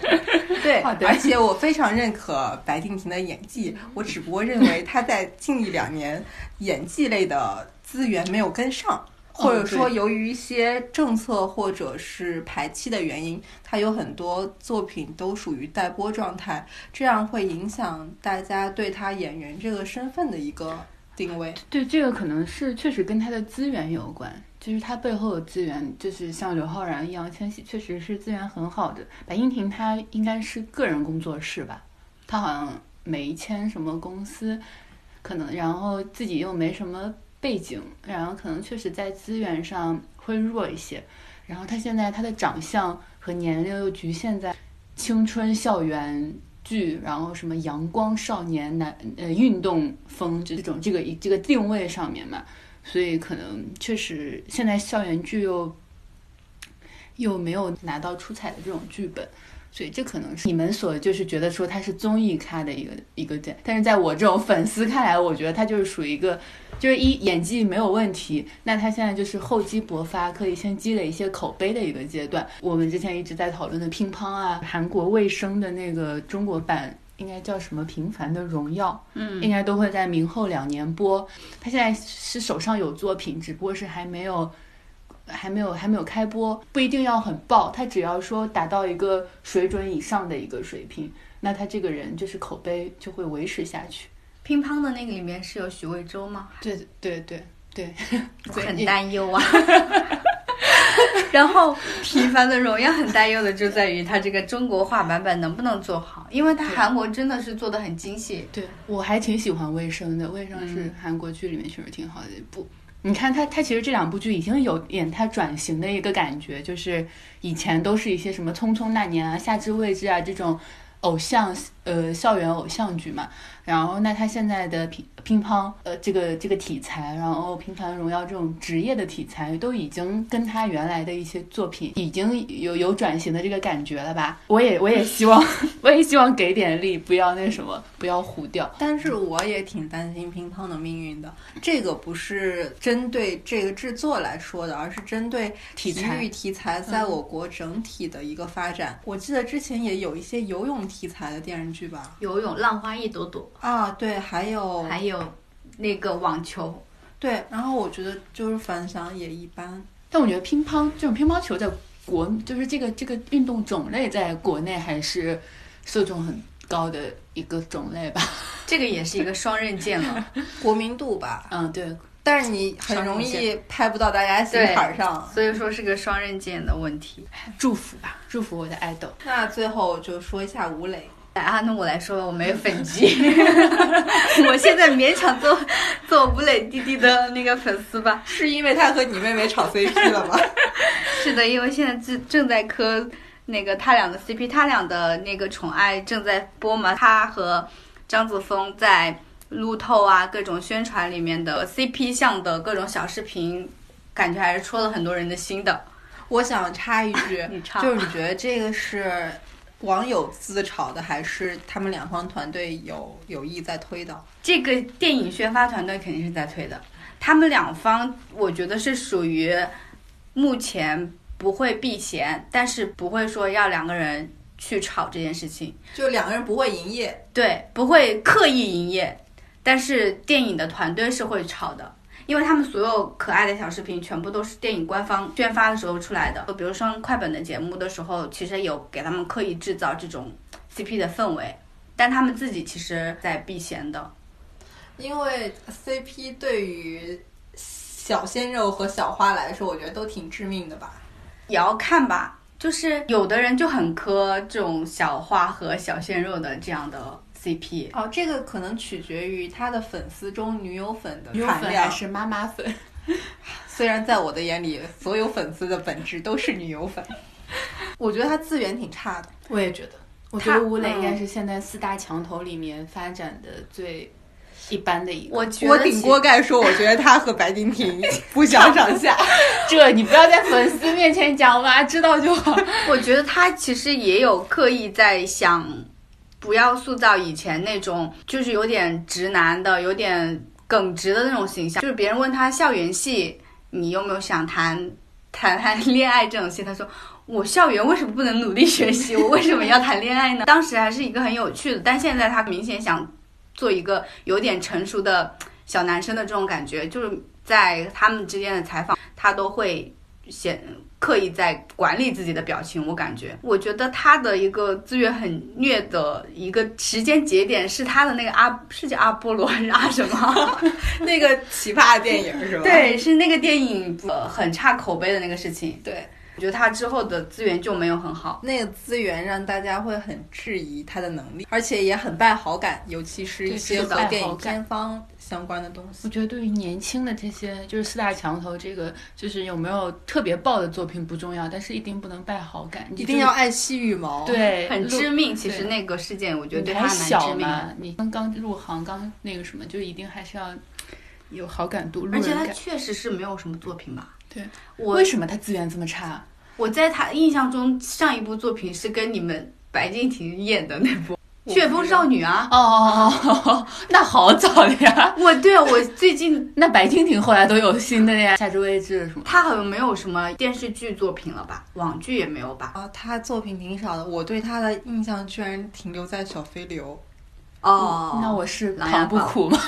Speaker 2: 对，
Speaker 3: 好的
Speaker 2: 而且我非常认可白敬亭的演技，我只不过认为他在近一两年演技类的资源没有跟上。或者说，
Speaker 3: 对
Speaker 2: 由于一些政策或者是排期的原因，他有很多作品都属于待播状态，这样会影响大家对他演员这个身份的一个定位。
Speaker 3: (laughs) 对这个可能是确实跟他的资源有关，就是他背后的资源，就是像刘昊然、易烊千玺，确实是资源很好的。白敬亭他应该是个人工作室吧，他好像没签什么公司，可能然后自己又没什么背景，然后可能确实在资源上会弱一些。然后他现在他的长相和年龄又局限在青春校园剧，然后什么阳光少年男呃运动风这种这个这个定位上面嘛，所以可能确实现在校园剧又又没有拿到出彩的这种剧本。所以这可能是你们所就是觉得说他是综艺咖的一个一个点，但是在我这种粉丝看来，我觉得他就是属于一个就是一演技没有问题，那他现在就是厚积薄发，可以先积累一些口碑的一个阶段。我们之前一直在讨论的乒乓啊，韩国卫生的那个中国版。应该叫什么《平凡的荣耀》，嗯，应该都会在明后两年播。他现在是手上有作品，只不过是还没有还没有还没有开播，不一定要很爆，他只要说达到一个水准以上的一个水平，那他这个人就是口碑就会维持下去。
Speaker 1: 乒乓的那个里面是有许魏洲吗？
Speaker 3: 对对对对，
Speaker 1: 我很担忧啊。 (laughs) 然后《平凡的荣耀》很担忧的就在于它这个中国化版本能不能做好，因为它韩国真的是做的很精细。
Speaker 3: 对我还挺喜欢卫生的，卫生是韩国剧里面确实挺好的一部。你看他，他其实这两部剧已经有点他转型的一个感觉，就是以前都是一些什么《匆匆那年》啊、《夏至未至啊》这种偶像呃校园偶像剧嘛。然后那他现在的乒乒乓呃这个这个题材，然后《平凡荣耀》这种职业的题材，都已经跟他原来的一些作品已经有有转型的这个感觉了吧？我也我也希望我也希望给点力，不要那什么，不要糊掉。
Speaker 2: 但是我也挺担心乒乓的命运的。这个不是针对这个制作来说的，而是针对
Speaker 3: 题
Speaker 2: 体嗯
Speaker 3: 材
Speaker 2: 育题材在我国整体的一个发展。我记得之前也有一些游泳题材的电视剧吧？
Speaker 1: 游泳浪花一朵朵，
Speaker 2: 啊，对，还有
Speaker 1: 还有那个网球，
Speaker 2: 对，然后我觉得就是反响也一般。
Speaker 3: 但我觉得乒乓这种乒乓球在国，就是这个这个运动种类在国内还是受众很高的一个种类吧。
Speaker 1: 这个也是一个双刃剑 (laughs) 了。
Speaker 2: 国民度吧，
Speaker 3: (laughs) 嗯，对，
Speaker 2: 但是你很容易拍不到大家心坎儿上。
Speaker 1: 所以说是个双刃剑的问题。
Speaker 3: 祝福吧，祝福我的爱豆。
Speaker 2: 那最后就说一下吴磊，
Speaker 1: 来啊，那我来说吧，我没有 (laughs) 粉籍，我现在勉强做做吴磊弟弟的那个粉丝吧。
Speaker 2: 是因为他和你妹妹炒 CP 了吗？
Speaker 1: 是的，因为现在正正在磕那个他俩的 CP，他俩的那个宠爱正在播嘛，他和张子枫在路透啊各种宣传里面的 CP 向的各种小视频，感觉还是戳了很多人的心的。
Speaker 2: (laughs) 我想插一句，
Speaker 1: 你唱
Speaker 2: 就是 (laughs) 你觉得这个是网友自嘲的，还是他们两方团队有有意在推导？
Speaker 1: 这个电影宣发团队肯定是在推的，他们两方我觉得是属于目前不会避嫌，但是不会说要两个人去吵这件事情。
Speaker 2: 就两个人不会营业，
Speaker 1: 对，不会刻意营业，但是电影的团队是会炒的，因为他们所有可爱的小视频全部都是电影官方宣发的时候出来的。比如上快本的节目的时候，其实有给他们刻意制造这种 CP 的氛围，但他们自己其实在避嫌的。
Speaker 2: 因为 CP 对于小鲜肉和小花来说，我觉得都挺致命的吧。
Speaker 1: 也要看吧，就是有的人就很磕这种小花和小鲜肉的这样的 CP，
Speaker 2: 哦，这个可能取决于他的粉丝中女友粉的
Speaker 3: 女
Speaker 2: 含
Speaker 3: 粉还
Speaker 2: 量。
Speaker 3: 是妈妈粉？
Speaker 2: 虽然在我的眼里，所有粉丝的本质都是女友粉。我觉得他资源挺差的，
Speaker 3: 我也觉得，我觉
Speaker 1: 他
Speaker 3: 得吴磊应该是现在四大强头里面发展的最一般的一个。
Speaker 1: 我觉
Speaker 2: 我
Speaker 1: 得
Speaker 2: 顶
Speaker 1: 其
Speaker 2: 锅盖说，我觉得他和白敬亭不相上下。 (laughs)
Speaker 3: 这你不要在粉丝面前讲嘛，知道就好。
Speaker 1: 我觉得他其实也有刻意在想，不要塑造以前那种就是有点直男的、有点耿直的那种形象。就是别人问他校园戏，你有没有想谈谈谈恋爱这种戏？他 (laughs) 说。我校园为什么不能努力学习？ (laughs) 我为什么要谈恋爱呢？当时还是一个很有趣的，但现在他明显想做一个有点成熟的小男生的这种感觉，就是在他们之间的采访，他都会显刻意在管理自己的表情，我感觉，我觉得他的一个资源很虐的一个时间节点是他的那个阿是叫阿波罗还是阿什么？ (laughs)
Speaker 2: 那个奇葩电影是吧？
Speaker 3: (laughs)
Speaker 1: 对，是那个电影呃很差口碑的那个事情。
Speaker 2: 对，
Speaker 1: 我觉得他之后的资源就没有很好。
Speaker 2: 那个资源让大家会很质疑他的能力，而且也很败好感，尤其是一
Speaker 3: 对
Speaker 2: 些
Speaker 3: 是的
Speaker 2: 和电
Speaker 3: 败好
Speaker 2: 影
Speaker 3: 感
Speaker 2: 片方相关的东西
Speaker 3: 我。觉得对于年轻的这些，就是四大强头，这个就是有没有特别爆的作品不重要，但是一定不能败好感，你
Speaker 2: 一定
Speaker 3: 就是
Speaker 2: 要爱惜羽毛。，
Speaker 3: 对
Speaker 1: 很
Speaker 3: 路
Speaker 1: 致命，其
Speaker 3: 对
Speaker 1: 实那个事件，我觉得对
Speaker 3: 你
Speaker 1: 他
Speaker 3: 还
Speaker 1: 还蛮致
Speaker 3: 小
Speaker 1: 命的。
Speaker 3: 嘛，你刚刚入行，刚那个什么，就一定还是要有好感度、路
Speaker 1: 而且
Speaker 3: 人
Speaker 1: 他
Speaker 3: 感。
Speaker 1: 确实是没有什么作品吧？
Speaker 3: 对，
Speaker 1: 我
Speaker 3: 为什么他资源这么差？
Speaker 1: 我在他印象中上一部作品是跟你们白敬亭演的那部《旋风少女啊，
Speaker 3: 哦哦哦哦，那好早的呀。
Speaker 1: 我对我最近
Speaker 3: 那白敬亭后来都有新的呀，《夏至未至》什么。
Speaker 1: 他好像没有什么电视剧作品了吧，网剧也没有吧？
Speaker 2: 啊，他作品挺少的，我对他的印象居然停留在小飞流。
Speaker 1: 哦，
Speaker 3: 嗯那我是
Speaker 1: 琅琊
Speaker 3: 唐
Speaker 1: 榜
Speaker 3: 不苦吗？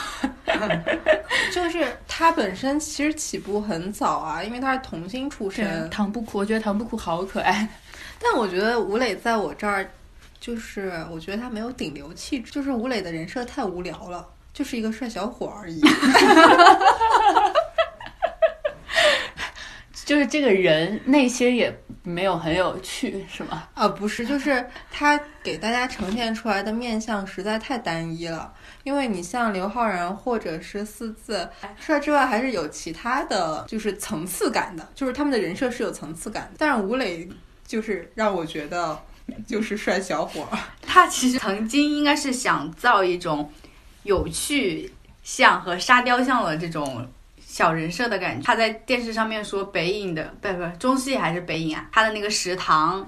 Speaker 2: 就是他本身其实起步很早啊，因为他是童星出身。
Speaker 3: 唐不苦，我觉得唐不苦好可爱。
Speaker 2: 但我觉得吴磊在我这儿，就是我觉得他没有顶流气质，就是吴磊的人设太无聊了，就是一个帅小伙而已。
Speaker 3: 就是这个人内心也没有很有趣，是吗？
Speaker 2: 啊，不是，就是他给大家呈现出来的面相实在太单一了。因为你像刘昊然或者是四字，除了之外还是有其他的，就是层次感的，就是他们的人设是有层次感的。但是吴磊就是让我觉得就是帅小伙儿， (laughs)
Speaker 1: 他其实曾经应该是想造一种有趣像和沙雕像的这种小人设的感觉。他在电视上面说北影的，不不，中戏还是北影啊，他的那个食堂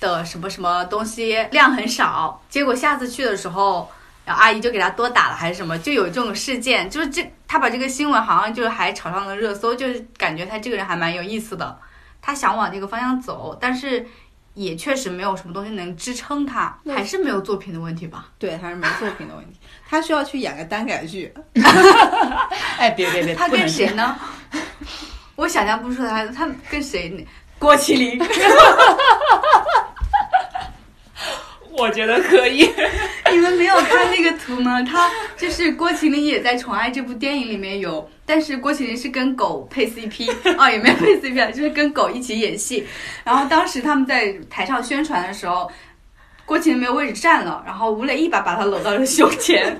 Speaker 1: 的什么什么东西量很少，结果下次去的时候。然后阿姨就给他多打了还是什么，就有这种事件，就是这他把这个新闻好像就还炒上了热搜，就是感觉他这个人还蛮有意思的，他想往这个方向走，但是也确实没有什么东西能支撑他，
Speaker 2: 那
Speaker 1: 还是没有作品的问题吧？
Speaker 2: 对，还是没作品的问题。他需要去演个耽改剧，
Speaker 3: 哎，别别
Speaker 2: (laughs)
Speaker 3: 别，
Speaker 1: 他
Speaker 3: 不能
Speaker 1: 跟谁
Speaker 3: 这样？
Speaker 1: 呢？ (laughs) 我想象不出来，他跟谁呢？
Speaker 4: 郭麒麟，我觉得可以。
Speaker 1: (laughs) 你们没有看那个图吗？他就是郭麒麟也在《宠爱》这部电影里面有，但是郭麒麟是跟狗
Speaker 3: (laughs)
Speaker 1: 配 CP，哦，也没有配 CP 啊，就是跟狗一起演戏。然后当时他们在台上宣传的时候，郭麒麟没有位置站了，然后吴磊一把把他搂到了胸前。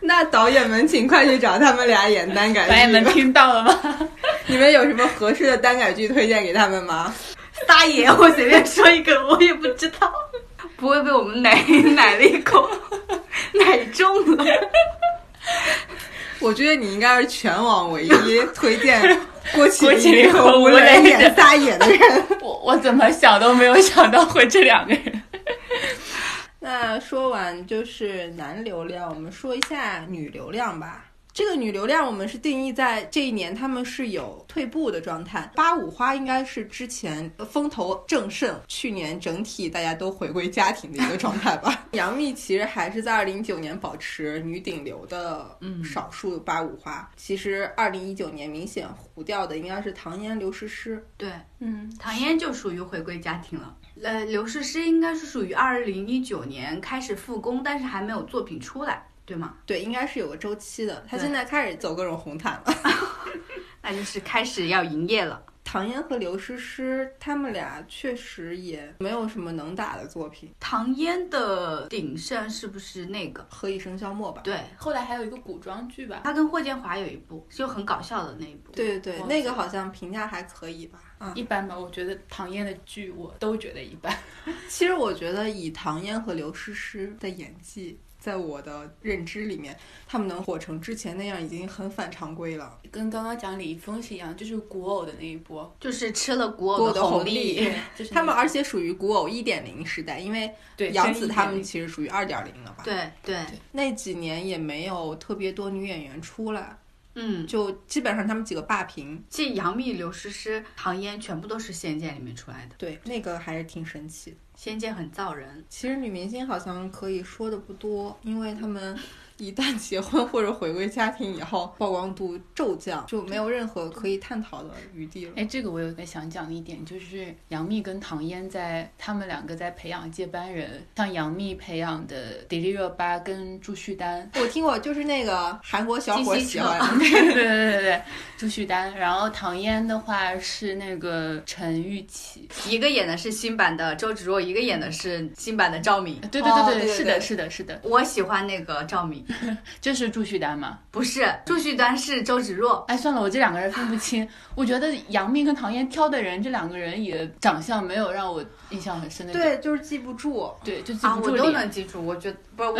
Speaker 2: 那导演们请快去找他们俩演耽改剧。
Speaker 3: 导演们听到了吗？ (laughs)
Speaker 2: 你们有什么合适的耽改剧推荐给他们吗？
Speaker 1: 撒野，我随便说一个，我也不知道，不会被我们奶奶了一口，奶中了。
Speaker 2: 我觉得你应该是全网唯一推 (laughs) 荐郭麒
Speaker 3: 郭麒麟和
Speaker 2: 吴
Speaker 3: 吴
Speaker 2: 磊
Speaker 3: 磊
Speaker 2: 演撒野的人。
Speaker 3: 我我怎么想都没有想到会这两个人。
Speaker 2: (laughs) 那说完就是男流量，我们说一下女流量吧。这个女流量，我们是定义在这一年他们是有退步的状态。八五花应该是之前风头正盛，去年整体大家都回归家庭的一个状态吧。 (laughs) 杨幂其实还是在二零一九年保持女顶流的
Speaker 3: 嗯
Speaker 2: 少数八五花。其实二零一九年明显糊掉的应该是唐嫣、刘诗诗。
Speaker 1: (laughs) 对，
Speaker 3: 嗯，
Speaker 1: 唐嫣就属于回归家庭了。呃，刘诗诗应该是属于二零一九年开始复工，但是还没有作品出来，对吗？
Speaker 2: 对，应该是有个周期的。她
Speaker 1: 对
Speaker 2: 现在开始走各种红毯了。
Speaker 1: 那就是开始要营业了。
Speaker 2: 唐嫣和刘诗诗，他们俩确实也没有什么能打的作品，
Speaker 1: 唐嫣的鼎盛是不是那个？
Speaker 2: 《何以笙箫默》吧。
Speaker 1: 对，
Speaker 3: 后来还有一个古装剧吧，
Speaker 1: 她跟霍建华有一部，就很搞笑的那一部。，
Speaker 2: 对对
Speaker 3: 忘
Speaker 2: 对，
Speaker 3: 记
Speaker 2: 那个好像评价还可以吧。啊，
Speaker 3: 一般吧。我觉得唐嫣的剧我都觉得一般。
Speaker 2: 嗯其实我觉得以唐嫣和刘诗诗的演技，在我的认知里面，他们能火成之前那样已经很反常规了。
Speaker 3: 跟刚刚讲李易峰是一样，就是古偶的那一波，
Speaker 1: 就是吃了古
Speaker 2: 古
Speaker 1: 偶
Speaker 2: 偶的
Speaker 1: 红
Speaker 2: 红利
Speaker 1: 利。
Speaker 3: 就是
Speaker 2: 他们而且属于古偶一点零时代，因为
Speaker 3: 对
Speaker 2: 杨紫他们其实属于二点零了吧？，
Speaker 1: 对对，
Speaker 2: 那几年也没有特别多女演员出来，
Speaker 1: 嗯，
Speaker 2: 就基本上他们几个霸屏。
Speaker 1: 这杨幂、刘诗诗、唐嫣全部都是《仙剑》里面出来的，《
Speaker 2: 对，那个还是挺神奇的。
Speaker 1: 仙剑》很造人。
Speaker 2: 其实女明星好像可以说的不多，因为她们一旦结婚或者回归家庭以后，曝光度骤降，就没有任何可以探讨的余地了。
Speaker 3: 哎，这个我有一个想讲的一点，就是杨幂跟唐嫣在他们两个在培养接班人，像杨幂培养的迪丽热巴跟朱旭丹， (laughs)
Speaker 2: 我听过，就是那个韩国小伙
Speaker 1: 金希
Speaker 2: 喜
Speaker 1: 澈
Speaker 2: (laughs) 欢，
Speaker 3: 对对对对对，朱旭丹，然后唐嫣的话是那个陈玉琪，
Speaker 1: 一个演的是新版的周芷若，一个演的是新版的赵敏。
Speaker 3: 对对
Speaker 2: 哦
Speaker 3: 对
Speaker 2: 对对
Speaker 3: 是
Speaker 2: 对
Speaker 3: 的是的是的，
Speaker 1: 我喜欢那个赵敏，
Speaker 3: 就是朱旭丹嘛。
Speaker 1: 不是朱旭端是周芷若，
Speaker 3: 哎，算了，我这两个人分不清。我觉得杨幂跟唐嫣挑的人，这两个人也长相没有让我印象很深的点。
Speaker 2: 对，就是记不住。
Speaker 3: 对，就记
Speaker 1: 啊，
Speaker 3: 不
Speaker 1: 我
Speaker 3: 住
Speaker 1: 都
Speaker 3: 脸。
Speaker 1: 能记住。我觉得不是我，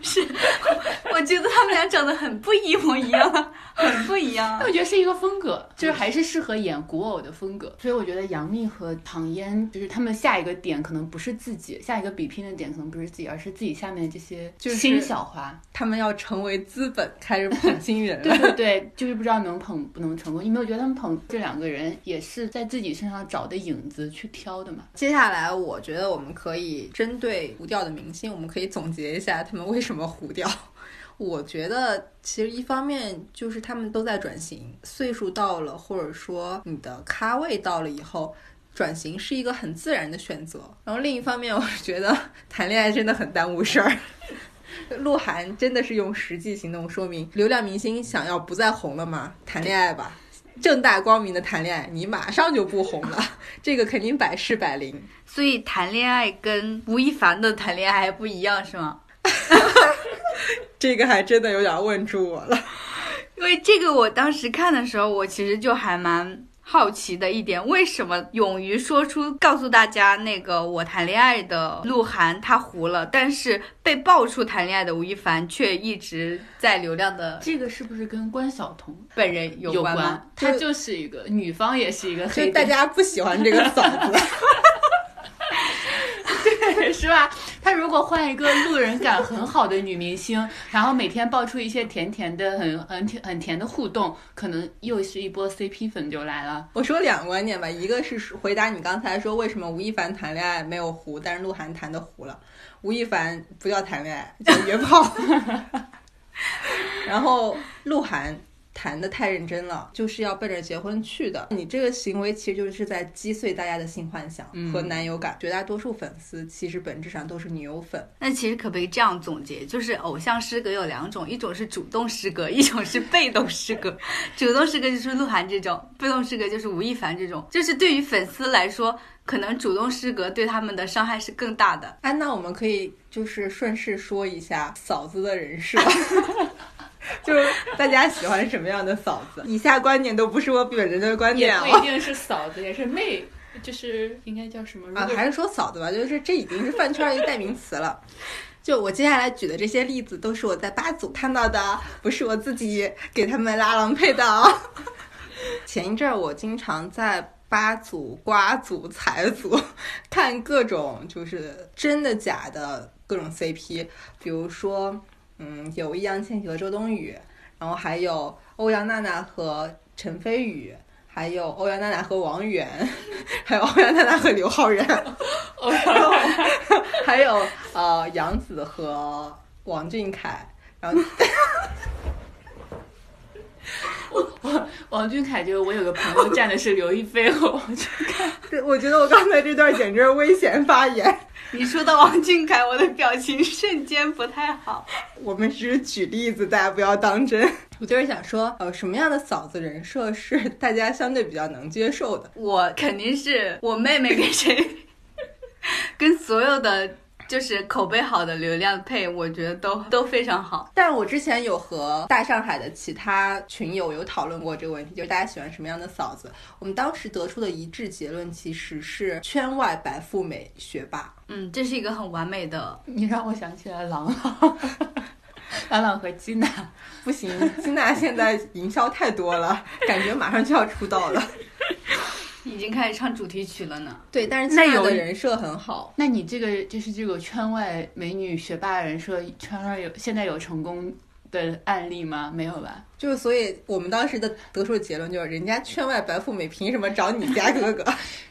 Speaker 3: (laughs)
Speaker 1: 是，我觉得他们俩长得很不一模一样。
Speaker 2: 很不一样
Speaker 3: 但。我觉得是一个风格，就是还是适合演古偶的风格。所以我觉得杨幂和唐嫣，就是他们下一个点可能不是自己，下一个比拼的点可能不是自己，而是自己下面的这些
Speaker 2: 就是
Speaker 3: 新小花。
Speaker 2: 他们要成为资本，开始捧新 (laughs) 人了
Speaker 3: 对。对对，就是不知道能捧不能成功，因为我觉得他们捧这两个人也是在自己身上找的影子去挑的嘛。
Speaker 2: 接下来，我觉得我们可以针对糊掉的明星，我们可以总结一下他们为什么糊掉。 (laughs) 我觉得其实一方面就是他们都在转型，岁数到了，或者说你的咖位到了以后，转型是一个很自然的选择。然后另一方面，我觉得谈恋爱真的很耽误事儿。 (laughs) 鹿晗真的是用实际行动说明，流量明星想要不再红了吗？谈恋爱吧，正大光明的谈恋爱，你马上就不红了，这个肯定百试百灵。
Speaker 1: 所以谈恋爱跟吴亦凡的谈恋爱还不一样是吗？
Speaker 2: 这个还真的有点问住我了。
Speaker 1: 因为这个，我当时看的时候，我其实就还蛮好奇的一点，为什么勇于说出告诉大家那个我谈恋爱的鹿晗他糊了，但是被爆出谈恋爱的吴亦凡却一直在流量的
Speaker 3: 这个是不是跟关晓彤
Speaker 1: 本人有
Speaker 3: 有
Speaker 1: 关吗？
Speaker 3: 她
Speaker 2: 就
Speaker 3: 就是一个女方，也是一个
Speaker 2: (laughs) 就
Speaker 3: 黑
Speaker 2: 是大
Speaker 3: 点，
Speaker 2: 家不喜欢这个嫂子， (laughs)
Speaker 3: (laughs) 是吧？她如果换一个路人感很好的女明星，然后每天爆出一些甜甜的、很很甜、很甜的互动，可能又是一波 CP 粉就来了。
Speaker 2: 我说两个观点吧，一个是回答你刚才说为什么吴亦凡谈恋爱没有糊，但是鹿晗谈的糊了。吴亦凡不叫谈恋爱， (laughs) 叫约炮。然后鹿晗谈的太认真了，就是要奔着结婚去的。你这个行为其实就是在击碎大家的性幻想
Speaker 3: 嗯
Speaker 2: 和男友感。绝大多数粉丝其实本质上都是女友粉，
Speaker 1: 那其实可不可以这样总结？就是偶像诗歌有两种，一种是主动诗歌，一种是被动诗歌。主动诗歌就是鹿晗这种，被动诗歌就是吴亦凡这种。就是对于粉丝来说，可能主动诗歌对他们的伤害是更大的。
Speaker 2: 哎，那我们可以就是顺势说一下嫂子的人设，就是大家喜欢什么样的嫂子？以下观点都不是我本人的观
Speaker 3: 也
Speaker 2: 点
Speaker 3: 不
Speaker 2: 哦
Speaker 3: 一。定是嫂子，也是妹，就是应该叫什么？如
Speaker 2: 啊，
Speaker 3: 果
Speaker 2: 还是说嫂子吧，就是这已经是饭圈儿一个代名词了。就我接下来举的这些例子，都是我在八组看到的，不是我自己给他们拉郎配的哦。 (laughs) 前一阵儿，我经常在八组、瓜组、财组看各种就是真的假的各种 CP，比如说，嗯，有易烊千玺和周冬雨，然后还有欧阳娜娜和陈飞宇，还有欧阳娜娜和王源，还有欧阳娜娜和刘昊 (laughs) 然，还有呃杨紫和王俊凯，然后
Speaker 3: 王俊凯就是我有个朋友站的是刘亦菲和王俊，
Speaker 2: 对我觉得我刚才这段简直是危险发言。
Speaker 1: (laughs) 你说到王俊凯，我的表情瞬间不太好。
Speaker 2: 我们只是举例子，大家不要当真。我就是想说，呃，什么样的嫂子人设是大家相对比较能接受的？
Speaker 1: 我肯定是我妹妹跟谁，跟所有的就是口碑好的流量配，我觉得都都非常好。
Speaker 2: 但我之前有和大上海的其他群友有讨论过这个问题，就是大家喜欢什么样的嫂子？我们当时得出的一致结论其实是圈外白富美学霸。
Speaker 1: 嗯，这是一个很完美的
Speaker 3: 你让我想起来郎朗， (laughs) 郎朗和金娜，
Speaker 2: 不行，金娜现在营销太多了，感觉马上就要出道了。
Speaker 1: 已经开始唱主题曲了呢。
Speaker 2: (laughs) 对，但是
Speaker 3: 那
Speaker 2: 金娜
Speaker 3: 有
Speaker 2: 的
Speaker 3: 一
Speaker 2: 人设很好，
Speaker 3: 那你这个就是这个圈外美女学霸人设，圈外有现在有成功的案例吗？没有吧？
Speaker 2: 就是所以我们当时的得出的结论就是，人家圈外白富美凭什么找你家哥 (laughs) 哥？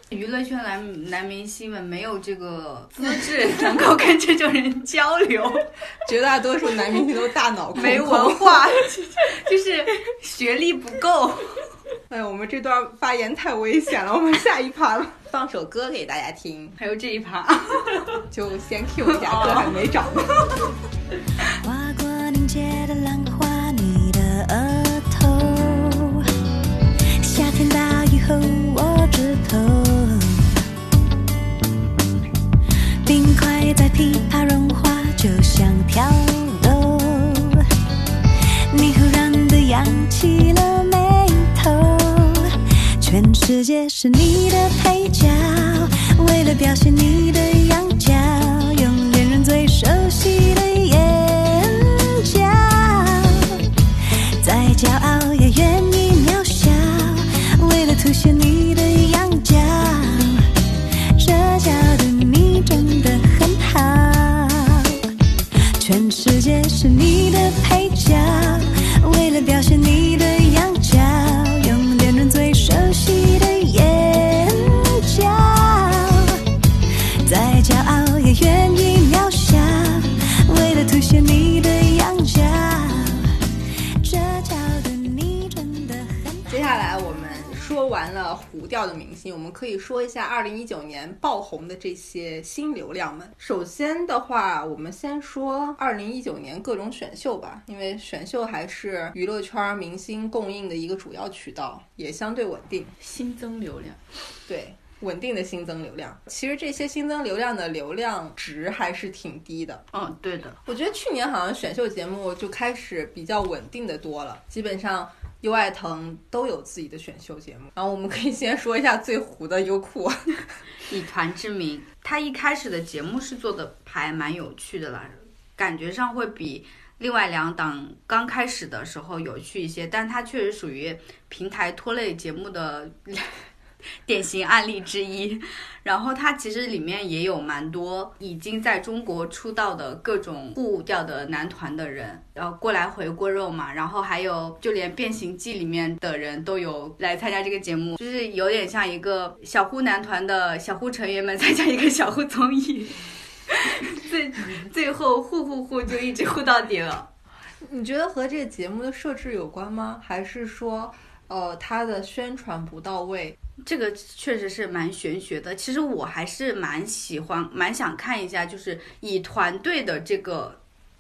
Speaker 1: 娱乐圈男男明星们没有这个资质 (laughs) 能够跟这种人交流，
Speaker 2: 绝大多数男明星都大脑空空
Speaker 1: 没文。化，就是学历不够。
Speaker 2: (laughs) 哎，我们这段发言太危险了，我们下一趴了。放首歌给大家听，
Speaker 1: 还有这一趴，
Speaker 2: 就先 Q 一下，歌还没找呢。
Speaker 5: 划过凝结的浪花，你的额头。夏天大雨后，我枝头。冰块在琵琶融化，就像跳动。你忽然的扬起了眉头，全世界是你的配角，为了表现你的羊角，用恋人最熟悉的眼角，再骄傲也你的配角，为了表现你的羊角，用恋人最熟悉的眼角，再骄傲也愿意渺小，为了凸显你的羊角，这角度你真的很好。
Speaker 2: 接下来我们说完了糊掉的明星，我们可以说一下二零一九年爆红的这些新流量们。首先的话，我们先说二零一九年各种选秀吧，因为选秀还是娱乐圈明星供应的一个主要渠道，也相对稳定。
Speaker 3: 新增流量，
Speaker 2: 对。稳定的新增流量，其实这些新增流量的流量值还是挺低的。
Speaker 1: 嗯，对的，
Speaker 2: 我觉得去年好像选秀节目就开始比较稳定的多了，基本上优爱腾都有自己的选秀节目。然后我们可以先说一下最糊的优酷， (laughs)
Speaker 1: 以团之名，他一开始的节目是做的还蛮有趣的啦，感觉上会比另外两档刚开始的时候有趣一些，但它确实属于平台拖累节目的 (laughs) 典型案例之一。然后它其实里面也有蛮多已经在中国出道的各种互调的男团的人，然后过来回锅肉嘛，然后还有就连《变形记》里面的人都有来参加这个节目，就是有点像一个小呼男团的小呼成员们参加一个小呼综艺。 (laughs) 最最后互互互就一直互到底了。
Speaker 2: 你觉得和这个节目的设置有关吗？还是说，呃，它的宣传不到位？
Speaker 1: 这个确实是蛮玄学的。其实我还是蛮喜欢、蛮想看一下，就是以团队的这个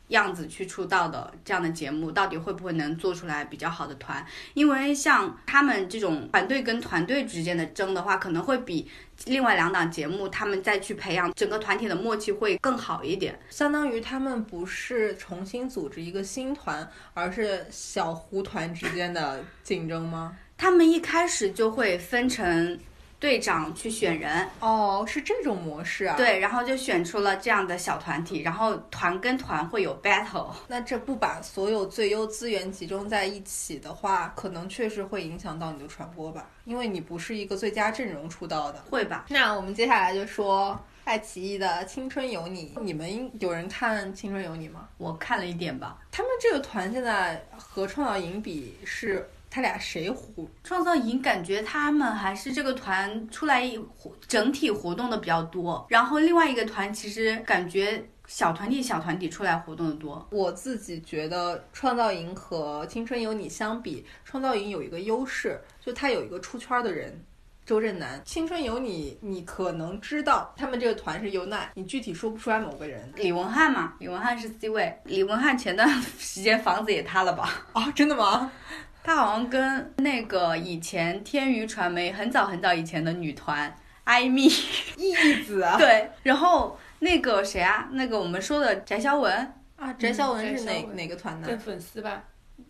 Speaker 1: 样子去出道的这样的节目，到底会不会能做出来比较好的团？因为像他们这种团队跟团队之间的争的话，可能会比另外两档节目他们再去培养整个团体的默契会更好一点。
Speaker 2: 相当于他们不是重新组织一个新团，而是小胡团之间的竞争吗？
Speaker 1: 他们一开始就会分成队长去选人，
Speaker 2: 哦，是这种模式啊。，
Speaker 1: 对，然后就选出了这样的小团体，然后团跟团会有 battle。
Speaker 2: 那这不把所有最优资源集中在一起的话，可能确实会影响到你的传播吧，因为你不是一个最佳阵容出道的。
Speaker 1: 会吧？
Speaker 2: 那我们接下来就说爱奇艺的《青春有你》，你们有人看《青春有你》吗？
Speaker 1: 我看了一点吧。
Speaker 2: 他们这个团现在和创造营比是。他俩谁糊？
Speaker 1: 创造营感觉他们还是这个团出来活整体活动的比较多，然后另外一个团其实感觉小团体小团体出来活动的多。
Speaker 2: 我自己觉得创造营和青春有你相比，创造营有一个优势，就他有一个出圈的人，周震南。青春有你，你可能知道他们这个团是有奶，你具体说不出来某个人
Speaker 1: 李文翰嘛，李文翰是 C 位。李文翰前段 (laughs) 时间房子也塌了吧？
Speaker 2: (laughs) 啊、真的 (laughs) 吗？
Speaker 1: 他好像跟那个以前天娱传媒很早很早以前的女团艾蜜。
Speaker 2: 义子啊，
Speaker 1: 对，然后那个谁啊，那个我们说的翟潇闻，
Speaker 2: 啊，翟潇闻
Speaker 3: 嗯
Speaker 2: 是
Speaker 3: 翟
Speaker 2: 哪、
Speaker 3: 潇闻
Speaker 2: 哪个 (laughs) 团
Speaker 3: 对
Speaker 2: 的？
Speaker 3: 粉丝吧。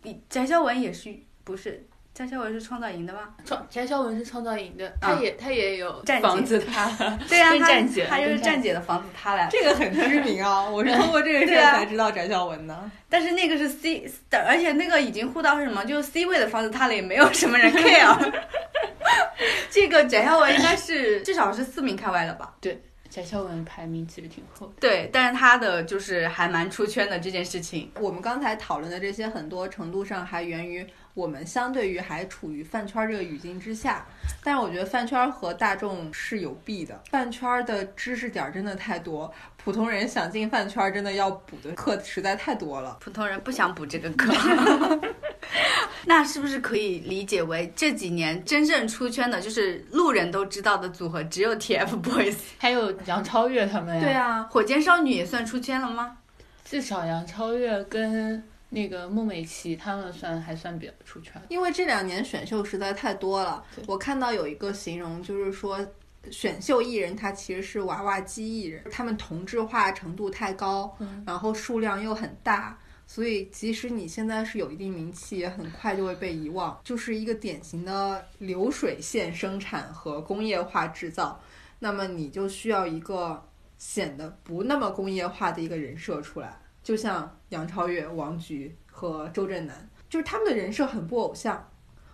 Speaker 1: 比翟潇闻也是不是？翟潇闻是创造营的吗？
Speaker 3: 创翟潇闻是创造营的，他也他也有
Speaker 1: 站姐
Speaker 3: 房子塌 (laughs) 了，
Speaker 1: 对呀、
Speaker 3: 跟
Speaker 1: 他
Speaker 3: 站姐
Speaker 1: 他就是
Speaker 3: 跟
Speaker 1: 站姐的房子塌了，
Speaker 2: 这个很知名啊，我是通过这个事
Speaker 1: 对
Speaker 2: 儿
Speaker 1: 啊
Speaker 2: 才知道翟潇闻的。
Speaker 1: 但是那个是 C，而且那个已经互到是什么？就是 C 位的房子塌了，也没有什么人 care。这个翟潇闻应该是至少是四名开外了吧？
Speaker 3: 翟潇闻排名其实挺后的，
Speaker 1: 对，但是他的就是还蛮出圈的这件事情。
Speaker 2: 我们刚才讨论的这些，很多程度上还源于我们相对于还处于饭圈这个语境之下，但是我觉得饭圈和大众是有弊的，饭圈的知识点儿真的太多，普通人想进饭圈真的要补的课实在太多了。
Speaker 1: 普通人不想补这个课。 (laughs) 那是不是可以理解为这几年真正出圈的，就是路人都知道的组合，只有 TFBOYS？
Speaker 3: 还有杨超越他们呀，
Speaker 2: 对啊，
Speaker 1: 火箭少女也算出圈了吗？
Speaker 3: 至少杨超越跟那个孟美岐他们算还算比较出圈。
Speaker 2: 因为这两年选秀实在太多了
Speaker 3: 对，
Speaker 2: 我看到有一个形容就是说。选秀艺人他其实是娃娃机艺人，他们同质化程度太高，
Speaker 3: 嗯
Speaker 2: 然后数量又很大，所以即使你现在是有一定名气，也很快就会被遗忘。就是一个典型的流水线生产和工业化制造，那么你就需要一个显得不那么工业化的一个人设出来，就像杨超越、王菊和周震南，就是他们的人设很不偶像，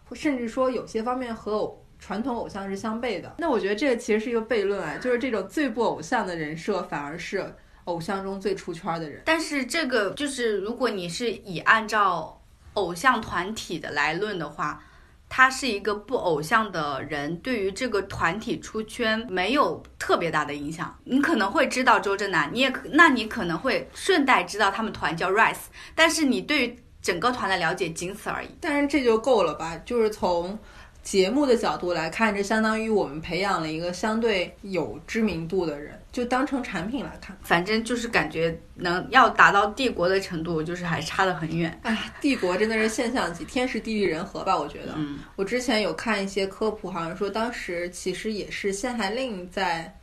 Speaker 2: 或甚至说有些方面和偶。传统偶像是相悖的，那我觉得这个其实是一个悖论啊，就是这种最不偶像的人设，反而是偶像中最出圈的人。
Speaker 1: 但是这个就是，如果你是以按照偶像团体的来论的话，他是一个不偶像的人，对于这个团体出圈没有特别大的影响。你可能会知道周震南，你也可，那你可能会顺带知道他们团叫 Rise，但是你对于整个团的了解仅此而已。
Speaker 2: 但是这就够了吧？就是从节目的角度来看，这相当于我们培养了一个相对有知名度的人，就当成产品来看。
Speaker 1: 反正就是感觉能要达到帝国的程度，就是还差得很远。
Speaker 2: 哎，帝国真的是现象级，天时地利人和吧？我觉得。
Speaker 1: 嗯，
Speaker 2: 我之前有看一些科普，好像说当时其实也是限韩令在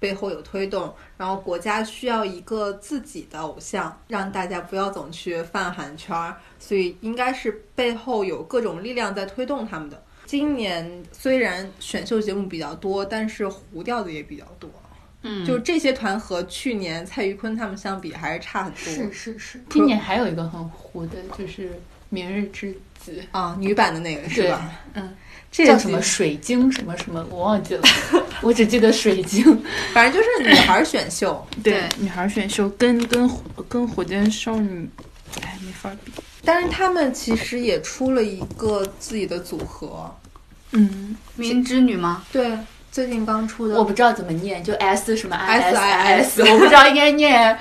Speaker 2: 背后有推动，然后国家需要一个自己的偶像，让大家不要总去泛韩圈儿，所以应该是背后有各种力量在推动他们的。今年虽然选秀节目比较多，但是糊掉的也比较多。
Speaker 1: 嗯
Speaker 2: 就这些团和去年蔡徐坤他们相比还是差很多
Speaker 3: 是是是，今年还有一个很糊的，就是《明日之子》，
Speaker 2: 啊，女版的那个是
Speaker 3: 对
Speaker 2: 吧？
Speaker 3: 嗯，
Speaker 2: 这
Speaker 3: 叫
Speaker 2: 个
Speaker 3: 什
Speaker 2: 节
Speaker 3: 么
Speaker 2: 目
Speaker 3: 水晶什么什么，我忘记了， (laughs) 我只记得水晶。
Speaker 2: 反正就是女孩选秀，
Speaker 1: 对
Speaker 3: 女孩选秀跟跟火跟火箭少女，哎，没法比。
Speaker 2: 但是他们其实也出了一个自己的组合，
Speaker 3: 嗯，
Speaker 1: 明之女吗？
Speaker 2: 对，最近刚出的，
Speaker 3: 我不知道怎么念，就 S 什么
Speaker 2: S I S
Speaker 3: S，我不知道应该念，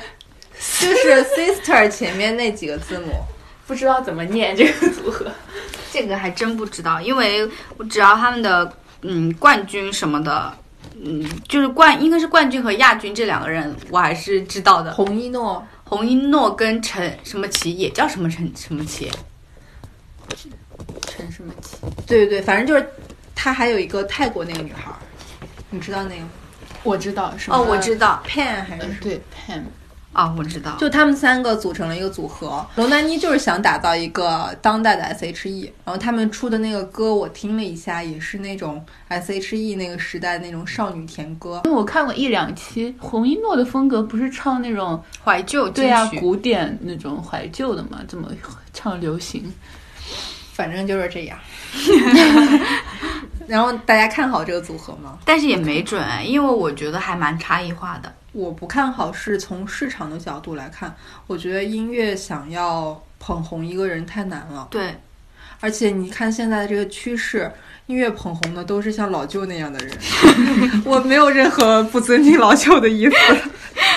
Speaker 2: 就是 sister 前面那几个字母。
Speaker 3: 不知道怎么念这个组合。
Speaker 1: 这个还真不知道，因为我只要他们的嗯冠军什么的，嗯，就是冠应该是冠军和亚军这两个人，我还是知道的。
Speaker 2: 红一诺
Speaker 1: 洪一诺跟陈什么琪也叫什么陈什么琪，
Speaker 3: 陈什么琪？
Speaker 2: 对对对，反正就是他还有一个泰国那个女孩儿，你知道那个吗
Speaker 3: (laughs) 我知道什么？
Speaker 1: 哦，我知道，
Speaker 2: Pan 还
Speaker 3: 呃
Speaker 2: 是？
Speaker 3: 对 Pam，
Speaker 1: 啊、我知道，
Speaker 2: 就他们三个组成了一个组合，龙丹妮就是想打造一个当代的 S.H.E，然后他们出的那个歌我听了一下，也是那种 S.H.E 那个时代的那种少女甜歌，
Speaker 3: 因为我看过一两期，洪一诺的风格不是唱那种
Speaker 1: 怀旧
Speaker 3: 对
Speaker 1: 金
Speaker 3: 啊
Speaker 1: 曲，
Speaker 3: 古典那种怀旧的嘛，怎么唱流行？
Speaker 2: 反正就是这样。然后大家看好这个组合吗？
Speaker 1: 但是也没准，因为我觉得还蛮差异化的。
Speaker 2: 我不看好，是从市场的角度来看，我觉得音乐想要捧红一个人太难了。
Speaker 1: 对，
Speaker 2: 而且你看现在的这个趋势，音乐捧红的都是像老舅那样的人。我没有任何不尊敬老舅的意思。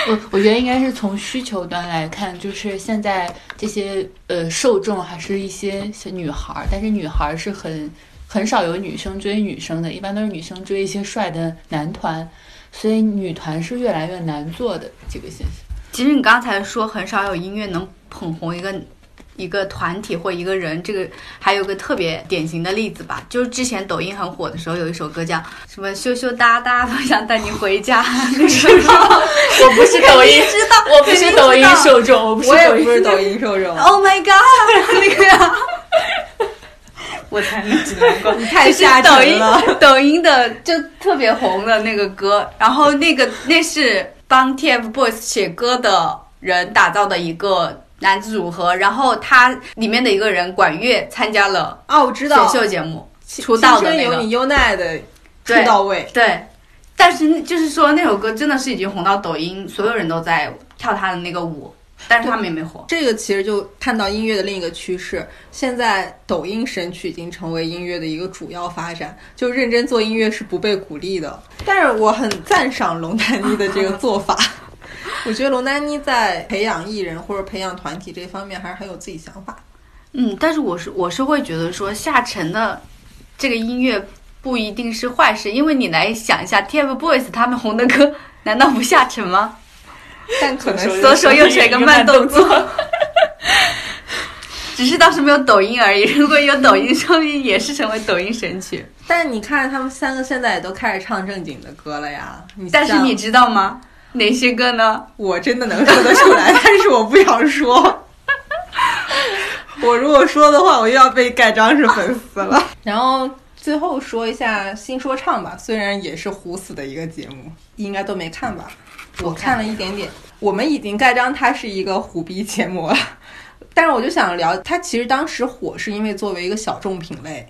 Speaker 3: 我我觉得应该是从需求端来看，就是现在这些呃受众还是一些小女孩儿，但是女孩儿是很很少有女生追女生的，一般都是女生追一些帅的男团，所以女团是越来越难做的这个现象。
Speaker 1: 其实你刚才说很少有音乐能捧红一个一个团体或一个人，这个还有个特别典型的例子吧，就是之前抖音很火的时候，有一首歌叫什么“羞羞答答，我想带你回家”，那时候
Speaker 3: 我不是抖
Speaker 1: (laughs)
Speaker 3: 音，
Speaker 1: 知道，
Speaker 3: 我不是抖音
Speaker 1: 肯定知道
Speaker 3: 受众，我不是
Speaker 2: 我
Speaker 3: 抖
Speaker 2: 也不是
Speaker 3: 音。
Speaker 2: 抖音受众，
Speaker 1: ，Oh my God，那个。我才能知道，
Speaker 2: 你太下
Speaker 1: 抖
Speaker 2: 沉
Speaker 1: 音
Speaker 2: 了。
Speaker 1: 抖音的就特别红的那个歌，然后那个那是帮 TFBOYS 写歌的人打造的一个男子组合，然后他里面的一个人管乐参加了
Speaker 2: 啊，我知
Speaker 1: 选
Speaker 2: 道，
Speaker 1: 秀节目，
Speaker 2: 青
Speaker 1: 出道的
Speaker 2: 青
Speaker 1: 那
Speaker 2: 春
Speaker 1: 个
Speaker 2: 有你优奈的出
Speaker 1: 对
Speaker 2: 道位。
Speaker 1: 对。但是那就是说那首歌真的是已经红到抖音，所有人都在跳他的那个舞，但是他们也没火。
Speaker 2: 这个其实就看到音乐的另一个趋势，现在抖音神曲已经成为音乐的一个主要发展，就认真做音乐是不被鼓励的。但是我很赞赏龙丹妮的这个做
Speaker 1: (laughs)
Speaker 2: 法，我觉得龙丹妮在培养艺人或者培养团体这方面还是很有自己想法。
Speaker 1: 嗯，但是我是我是会觉得说下沉的这个音乐不一定是坏事，因为你来想一下 TFBOYS 他们红的歌， (laughs) 难道不下沉吗？
Speaker 2: 但可能
Speaker 1: 左手右手一个慢动作， (laughs) 只是当时没有抖音而已。 (laughs) 如果有抖音，说明也是成为抖音神曲。
Speaker 2: 但你看他们三个现在也都开始唱正经的歌了呀。你
Speaker 1: 但是
Speaker 2: 像
Speaker 1: 你知道吗？哪些歌呢？
Speaker 2: 我真的能说得出来，但是我不想 (laughs) 说。我如果说的话，我又要被盖章是粉丝了。然后最后说一下新说唱吧，虽然也是虎死的一个节目，应该都没看吧？我嗯看了一点点。我们已经盖章它是一个虎逼节目了， (laughs) 但是我就想聊，它其实当时火是因为作为一个小众品类，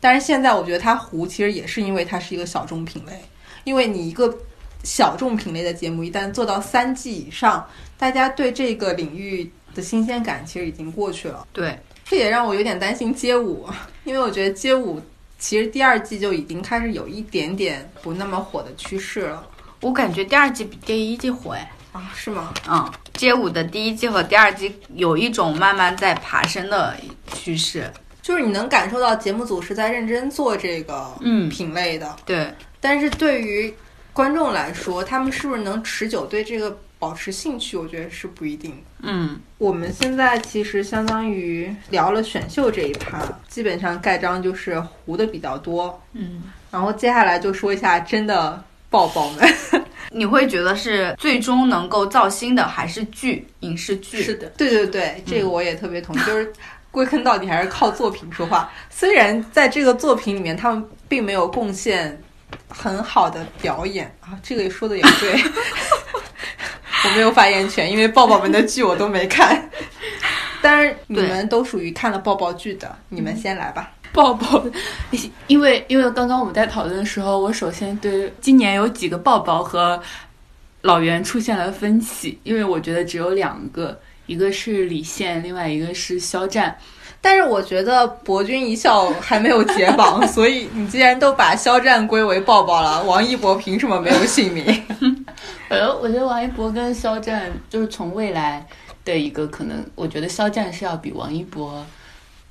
Speaker 2: 但是现在我觉得它糊其实也是因为它是一个小众品类，因为你一个小众品类的节目一旦做到三季以上，大家对这个领域的新鲜感其实已经过去了。
Speaker 3: 对，
Speaker 2: 这也让我有点担心街舞，因为我觉得街舞其实第二季就已经开始有一点点不那么火的趋势了
Speaker 1: 我感觉第二季比第一季火哎。
Speaker 2: 啊？是吗？
Speaker 1: 嗯，街舞的第一季和第二季有一种慢慢在爬升的趋势。
Speaker 2: 就是你能感受到节目组是在认真做这个
Speaker 3: 嗯
Speaker 2: 品类的，
Speaker 1: 对，
Speaker 2: 但是对于观众来说，他们是不是能持久对这个保持兴趣，我觉得是不一定的。
Speaker 3: 嗯，
Speaker 2: 我们现在其实相当于聊了选秀这一趴，基本上盖章就是糊的比较多，
Speaker 1: 嗯，
Speaker 2: 然后接下来就说一下真的抱抱们。
Speaker 1: 你会觉得是最终能够造星的还是剧影视剧？
Speaker 4: 的，
Speaker 2: (laughs) 对对对，这个我也特别同意，就是归根到底还是靠作品说话。虽然在这个作品里面，他们并没有贡献很好的表演啊，这个也说的也对， (laughs) 我没有发言权，因为抱抱们的剧我都没看。 (laughs) 但是你们都属于看了抱抱剧的，你们先来吧。
Speaker 3: 抱抱，因为因为刚刚我们在讨论的时候，我首先对今年有几个抱抱和老袁出现了分歧，因为我觉得只有两个，一个是李现，另外一个是肖战。
Speaker 2: 但是我觉得博君一笑还没有解绑， (laughs) 所以你既然都把肖战归为抱抱了，王一博凭什么没有姓名？
Speaker 3: 呃，我觉得王一博跟肖战就是从未来的一个可能，我觉得肖战是要比王一博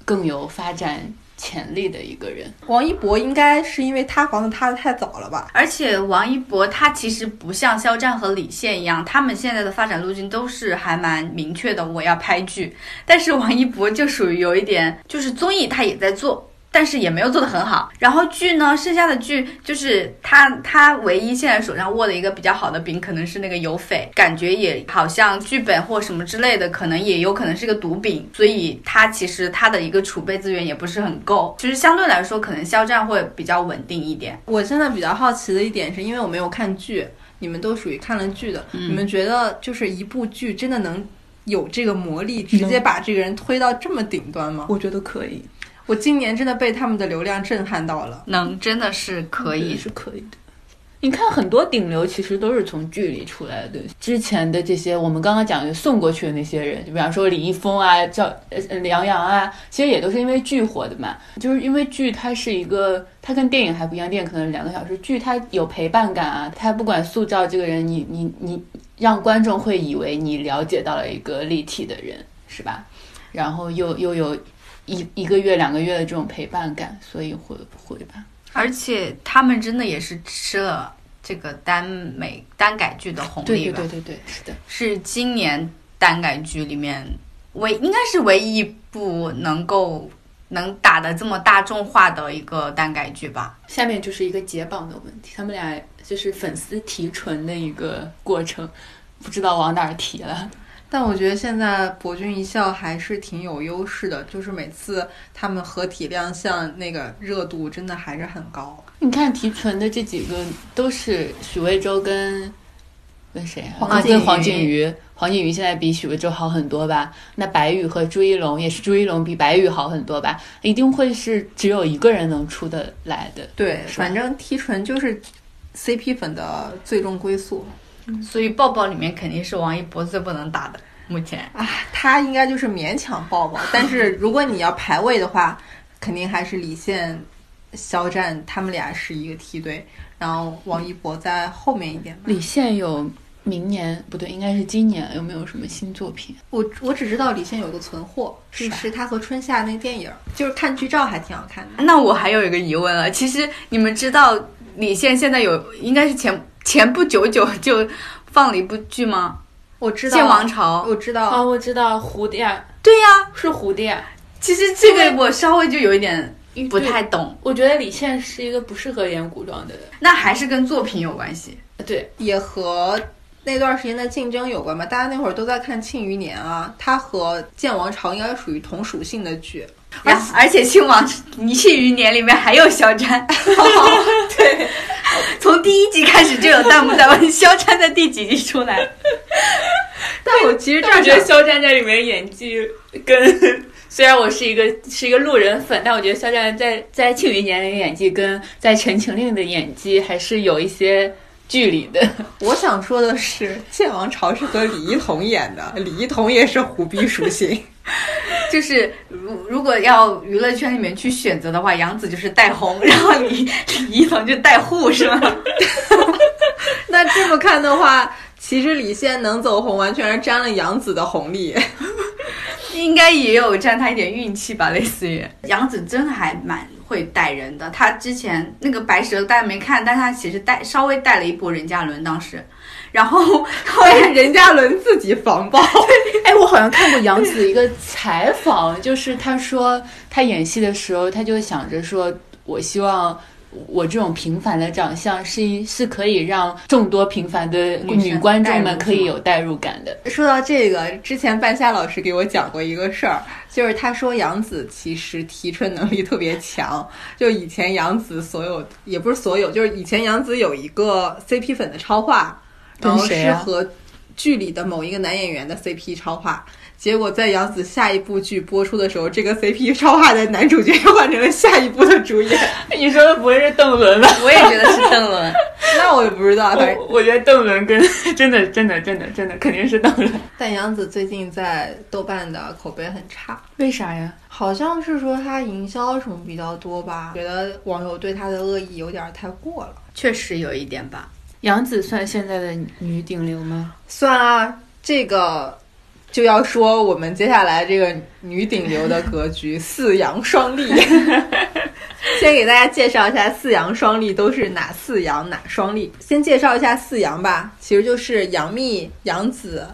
Speaker 3: 更有发展潜力的一个人。
Speaker 2: (laughs) 王一博应该是因为塌房子塌的太早了吧？
Speaker 1: 而且王一博他其实不像肖战和李现一样，他们现在的发展路径都是还蛮明确的，我要拍剧。但是王一博就属于有一点，就是综艺他也在做。但是也没有做得很好，然后剧呢，剩下的剧就是他他唯一现在手上握的一个比较好的饼，可能是那个有匪，感觉也好像剧本或什么之类的，可能也有可能是个毒饼，所以他其实他的一个储备资源也不是很够，其实相对来说，可能肖战会比较稳定一点。
Speaker 2: 我现在比较好奇的一点是，因为我没有看剧，你们都属于看了剧的，你们觉得就是一部剧真的能有这个魔力，直接把这个人推到这么顶端吗？
Speaker 4: 我觉得可以，
Speaker 2: 我今年真的被他们的流量震撼到了。
Speaker 1: 能真的是可
Speaker 3: 也
Speaker 1: 以，
Speaker 3: 是可以的。你看，很多顶流其实都是从剧里出来的。之前的这些，我们刚刚讲的送过去的那些人，就比方说李易峰啊、叫呃呃梁洋啊，其实也都是因为剧火的嘛。就是因为剧它是一个，它跟电影还不一样，电影可能两个小时，剧它有陪伴感啊。它不管塑造这个人，你你你，让观众会以为你了解到了一个立体的人，是吧？然后又又有一一个月、两个月的这种陪伴感，所以会会吧。
Speaker 1: 而且他们真的也是吃了这个耽美耽改剧的红
Speaker 3: 对
Speaker 1: 利
Speaker 3: 对
Speaker 1: 吧，
Speaker 3: 对对对，是的。
Speaker 1: 是今年耽改剧里面唯应该是唯一一部能够能打得这么大众化的一个耽改剧吧。
Speaker 3: 下面就是一个解绑的问题，他们俩就是粉丝提纯的一个过程，不知道往哪儿提了。
Speaker 2: 但我觉得现在博君一笑还是挺有优势的，就是每次他们合体亮相，那个热度真的还是很高。
Speaker 3: 你看提纯的这几个都是许魏洲跟跟谁啊？
Speaker 2: 黄
Speaker 3: 啊
Speaker 2: 靖
Speaker 3: 跟黄
Speaker 2: 宇
Speaker 3: 靖宇，黄靖宇现在比许魏洲好很多吧？那白宇和朱一龙也是朱一龙比白宇好很多吧？一定会是只有一个人能出得来的。
Speaker 2: 对，
Speaker 3: 是吧
Speaker 2: 反正提纯就是 CP 粉的最终归宿。
Speaker 1: 所以抱抱里面肯定是王一博最不能打的，目前
Speaker 2: 啊，他应该就是勉强抱抱，但是如果你要排位的话，肯定还是李现、肖战他们俩是一个梯队，然后王一博在后面一点吧。
Speaker 3: 李现有明年不对，应该是今年有没有什么新作品？
Speaker 2: 我我只知道李现有个存货，
Speaker 3: 是
Speaker 2: 是
Speaker 3: 吧
Speaker 2: 是他和春夏那个电影，就是看剧照还挺好看的。
Speaker 1: 那我还有一个疑问了，其实你们知道李现现在有应该是前前不久久就放了一部剧吗？
Speaker 2: 我知
Speaker 1: 《
Speaker 2: 道啊
Speaker 1: 剑王朝》
Speaker 2: 我知
Speaker 4: 哦，
Speaker 2: 道，
Speaker 4: 我知道蝴蝶啊
Speaker 1: 对呀、
Speaker 4: 是蝴蝶啊，
Speaker 1: 其实这个我稍微就有一点不
Speaker 4: 对
Speaker 1: 太懂，
Speaker 4: 我觉得李现是一个不适合演古装的人，
Speaker 1: 那还是跟作品有关系。
Speaker 4: 对，
Speaker 2: 也和那段时间的竞争有关吧。大家那会儿都在看《庆余年》啊，他和《剑王朝》应该属于同属性的剧。
Speaker 1: 而而且《庆王庆余年》里面还有
Speaker 4: (laughs)
Speaker 1: 肖战，对，从第一集开始就有弹幕在问肖战在第几集出
Speaker 4: (laughs)
Speaker 1: 来。
Speaker 2: 但我其实这
Speaker 4: 但我觉得肖战在里面演技跟。虽然我是一个是一个路人粉，但我觉得肖战在在《庆余年》里的演技跟在《陈情令》的演技还是有一些
Speaker 3: 剧里的。
Speaker 2: 我想说的是，《剑王朝》是和李一桐演的， (laughs) 李一桐也是虎逼属性。
Speaker 1: 就是如如果要娱乐圈里面去选择的话，杨紫就是带红，然后李 (laughs) 李一桐就带护，是吗？
Speaker 2: (laughs) 那这么看的话，其实李现能走红，完全是沾了杨紫的红利。 (laughs)
Speaker 1: 应该也有占他一点运气吧，类似于杨紫真还蛮会带人的。她之前那个《白蛇》大家没看，但她其实带稍微带了一波任嘉伦当时，然后 (laughs) 后来
Speaker 2: 但是任嘉伦自己防爆，
Speaker 3: 哎，我好像看过杨紫一个采访，就是她说她演戏的时候，她就想着说，我希望。我这种平凡的长相是一是可以让众多平凡的
Speaker 1: 女生
Speaker 3: 女观众
Speaker 1: 代
Speaker 3: 们
Speaker 1: 入
Speaker 3: 可以有代入感的。
Speaker 2: 说到这个，之前半夏老师给我讲过一个事儿，就是他说杨紫其实提纯能力特别强。就以前杨紫所有，也不是所有，就是以前杨紫有一个 CP 粉的超话，
Speaker 3: 跟
Speaker 2: 然后
Speaker 3: 谁
Speaker 2: 是
Speaker 3: 啊
Speaker 2: 和剧里的某一个男演员的 CP 超话。结果在杨紫下一部剧播出的时候，这个 CP 超话的男主角又换成了下一部的主演。
Speaker 3: (laughs) 你说的不会是邓伦吧？
Speaker 1: 我也觉得是邓伦。
Speaker 2: (laughs) 那我也不知
Speaker 1: 啊
Speaker 2: 道，反正
Speaker 3: 我我觉得邓伦跟 (laughs) 真的真的真的真的肯定是邓伦。
Speaker 2: 但杨紫最近在豆瓣的口碑很差，
Speaker 3: 为啥呀？
Speaker 2: 好像是说她营销什么比较多吧，觉得网友对她的恶意有点儿太过了。
Speaker 1: 确实有一点吧，
Speaker 3: 杨紫算现在的女顶流吗？
Speaker 2: 算啊，这个就要说我们接下来这个女顶流的格局，四阳双立。先给大家介绍一下四阳双立都是哪四阳哪双立。先介绍一下四阳吧，其实就是杨幂、杨紫、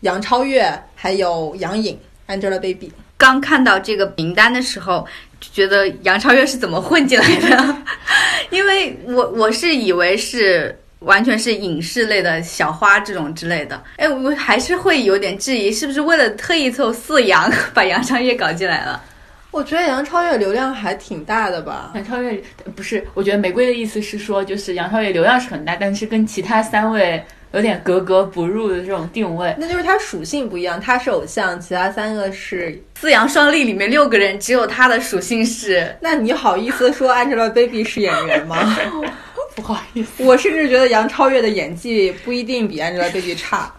Speaker 2: 杨超越，还有杨颖 （Angelababy）。
Speaker 1: 刚看到这个名单的时候，就觉得杨超越是怎么混进来的？ (laughs) 因为我我是以为是完全是影视类的小花这种之类的，哎，我还是会有点质疑，是不是为了特意凑四杨 (laughs) 把杨超越搞进来了？
Speaker 2: 我觉得杨超越流量还挺大的吧，
Speaker 3: 杨超越呃不是，我觉得玫瑰的意思是说，就是杨超越流量是很大，但是跟其他三位有点格格不入的这种定位。 (laughs)
Speaker 2: 那就是她属性不一样，她是偶像，其他三个是……
Speaker 1: 四杨双立里面六个人，只有她的属性是
Speaker 2: 那你好意思说 Angelababy 是演员 (laughs) 吗？
Speaker 3: 不好意思，
Speaker 2: 我甚至觉得杨超越的演技不一定比 Angelababy 差，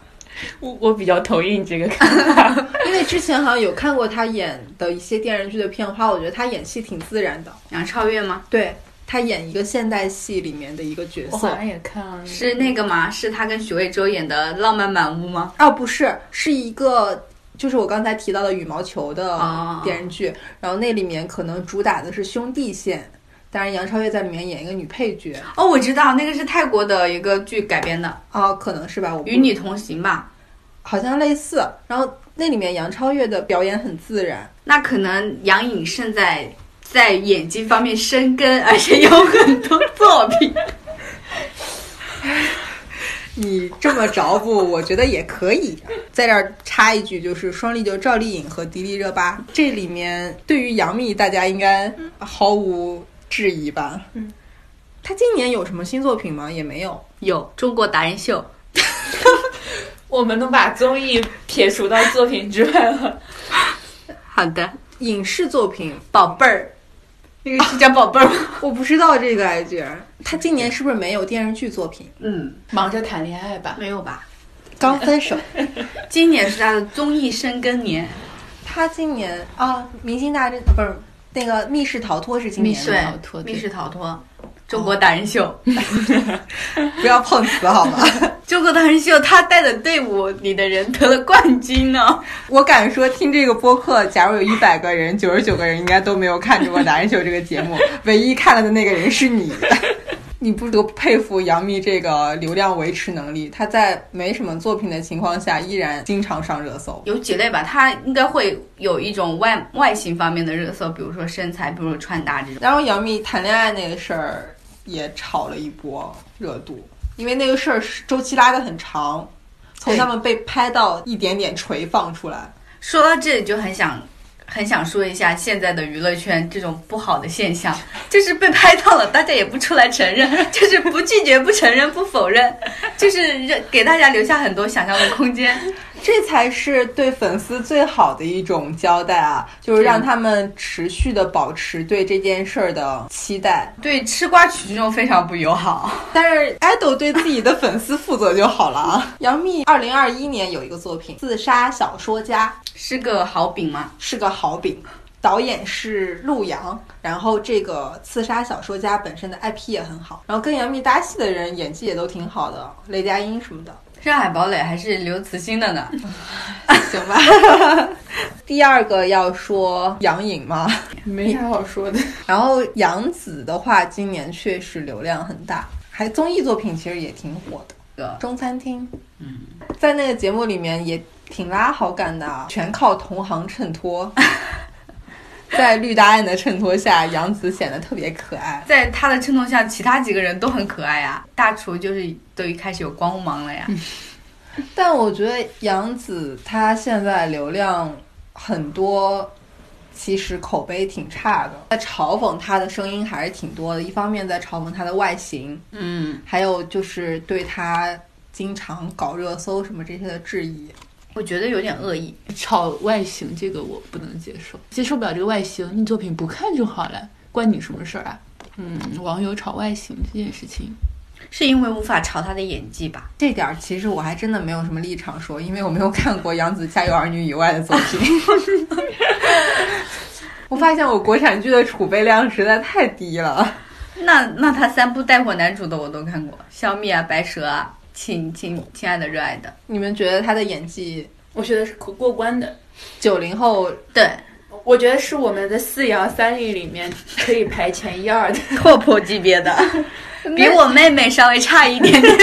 Speaker 3: 我我比较同意你这个看法。
Speaker 2: 因为之前好像有看过她演的一些电视剧的片花，我觉得她演戏挺自然的。
Speaker 1: 杨超越吗？
Speaker 2: 对她演一个现代戏里面的一个角
Speaker 3: 我好
Speaker 2: 色，
Speaker 3: 像也看了，
Speaker 1: 是那个吗？是她跟许魏洲演的《浪漫满屋》吗？
Speaker 2: 哦，不是，是一个。就是我刚才提到的羽毛球的
Speaker 1: 哦
Speaker 2: 电视剧然后那里面可能主打的是兄弟线，当然杨超越在里面演一个女配角，
Speaker 1: 哦，我知道，那个是泰国的一个剧改编的，
Speaker 2: 啊，可能是吧，我
Speaker 1: 《
Speaker 2: 不
Speaker 1: 与你同行》吧。
Speaker 2: 好像类似。然后那里面杨超越的表演很自然，
Speaker 1: 那可能杨颖胜在在演技方面深耕，而且有很多作品。
Speaker 2: 你这么着不，我觉得也可以。啊在这儿插一句，就是双立就赵丽颖和迪丽热巴，这里面对于杨幂大家应该毫无质疑吧？嗯，她今年有什么新作品吗？也没有。
Speaker 1: 有中国达人秀，
Speaker 4: 我们能把综艺撇除到作品之外了。
Speaker 1: 好的，
Speaker 2: 影视作品
Speaker 1: 宝贝儿，那个是叫宝贝儿吗？
Speaker 2: 我不知道这个哎，居然她今年是不是没有电视剧作品？
Speaker 1: (laughs) 嗯，
Speaker 3: 忙着谈恋爱吧。
Speaker 1: 没有吧？
Speaker 2: 刚分手，
Speaker 1: 今年是他的综艺深耕年，
Speaker 2: 她今年啊，《明星大侦》啊不是那个《密室逃脱》是今年
Speaker 3: 密
Speaker 2: 吗
Speaker 3: 室
Speaker 1: 对哦
Speaker 3: 逃脱，对
Speaker 1: 密室逃脱，中国达人秀，
Speaker 2: 不要碰瓷好吗？ (laughs)
Speaker 1: 中国达人秀，他带的队伍里的人得了冠军呢。
Speaker 2: 我敢说，听这个播客，假如有一百个人，九十九个人应该都没有看《中国达人秀》这个节目， (laughs) 唯一看了的那个人是你。 (laughs) 你不得不佩服杨幂这个流量维持能力，她在没什么作品的情况下，依然经常上热搜。
Speaker 1: 有几类吧，他应该会有一种外外形方面的热搜，比如说身材，比如说穿搭这种。
Speaker 2: 然后杨幂谈恋爱那个事儿也炒了一波热度，因为那个事儿是周期拉得很长，从他们被拍到一点点垂放出来。
Speaker 1: 说到这里，就很想很想说一下现在的娱乐圈这种不好的现象， (laughs) 就是被拍到了，大家也不出来承认， (laughs) 就是 (laughs) 不拒绝、不承认、不否认，就是让给大家留下很多想象的空间。
Speaker 2: 这才是对粉丝最好的一种交代啊，就是让他们持续的保持对这件事儿的期待。
Speaker 1: 对吃瓜群众非常不友好。
Speaker 2: 但是爱豆对自己的粉丝负责就好了啊。杨幂二零二一年有一个作品《自杀小说家
Speaker 1: 是个好饼吗》？，
Speaker 2: 是个好饼，导演是陆阳，然后这个《刺杀小说家》本身的 IP 也很好，然后跟杨幂搭戏的人演技也都挺好的，雷佳音什么的。
Speaker 1: 上海堡垒还是刘慈欣的呢。 (laughs)
Speaker 2: 行吧。 (laughs) 第二个要说杨颖嘛，
Speaker 3: 没啥好说的。
Speaker 2: 然后杨紫的话，今年确实流量很大，还综艺作品其实也挺火的，《中餐厅》。嗯，在那个节目里面也挺拉好感的啊，全靠同行衬托。在绿答案的衬托下，杨紫显得特别可爱。
Speaker 1: 在他的衬托下，其他几个人都很可爱啊。大厨就是都一开始有光芒了呀。
Speaker 2: 但我觉得杨紫她现在流量很多，其实口碑挺差的，在嘲讽她的声音还是挺多的。一方面在嘲讽她的外形，
Speaker 1: 嗯，
Speaker 2: 还有就是对她经常搞热搜什么这些的质疑。
Speaker 1: 我觉得有点恶意。
Speaker 3: 炒外形这个我不能接受，接受不了这个外形，你作品不看就好了，关你什么事儿啊？嗯，网友炒外形这件事情，
Speaker 1: 是因为无法朝他的演技吧？
Speaker 2: 这点儿其实我还真的没有什么立场说，因为我没有看过杨紫《家有儿女》以外的作品。 (laughs) 我发现我国产剧的储备量实在太低了。
Speaker 1: 那那他三部带火男主的我都看过，《消灭》啊，《白蛇》啊，《亲亲亲爱的热爱的》。
Speaker 2: 你们觉得她的演技
Speaker 4: 我觉得是过过关的。
Speaker 2: 九零后
Speaker 1: (laughs) 对，
Speaker 4: 我觉得是我们的四阳三立里面可以排前一二的。
Speaker 1: 拓扑级别的， (laughs) 比我妹妹稍微差一点点。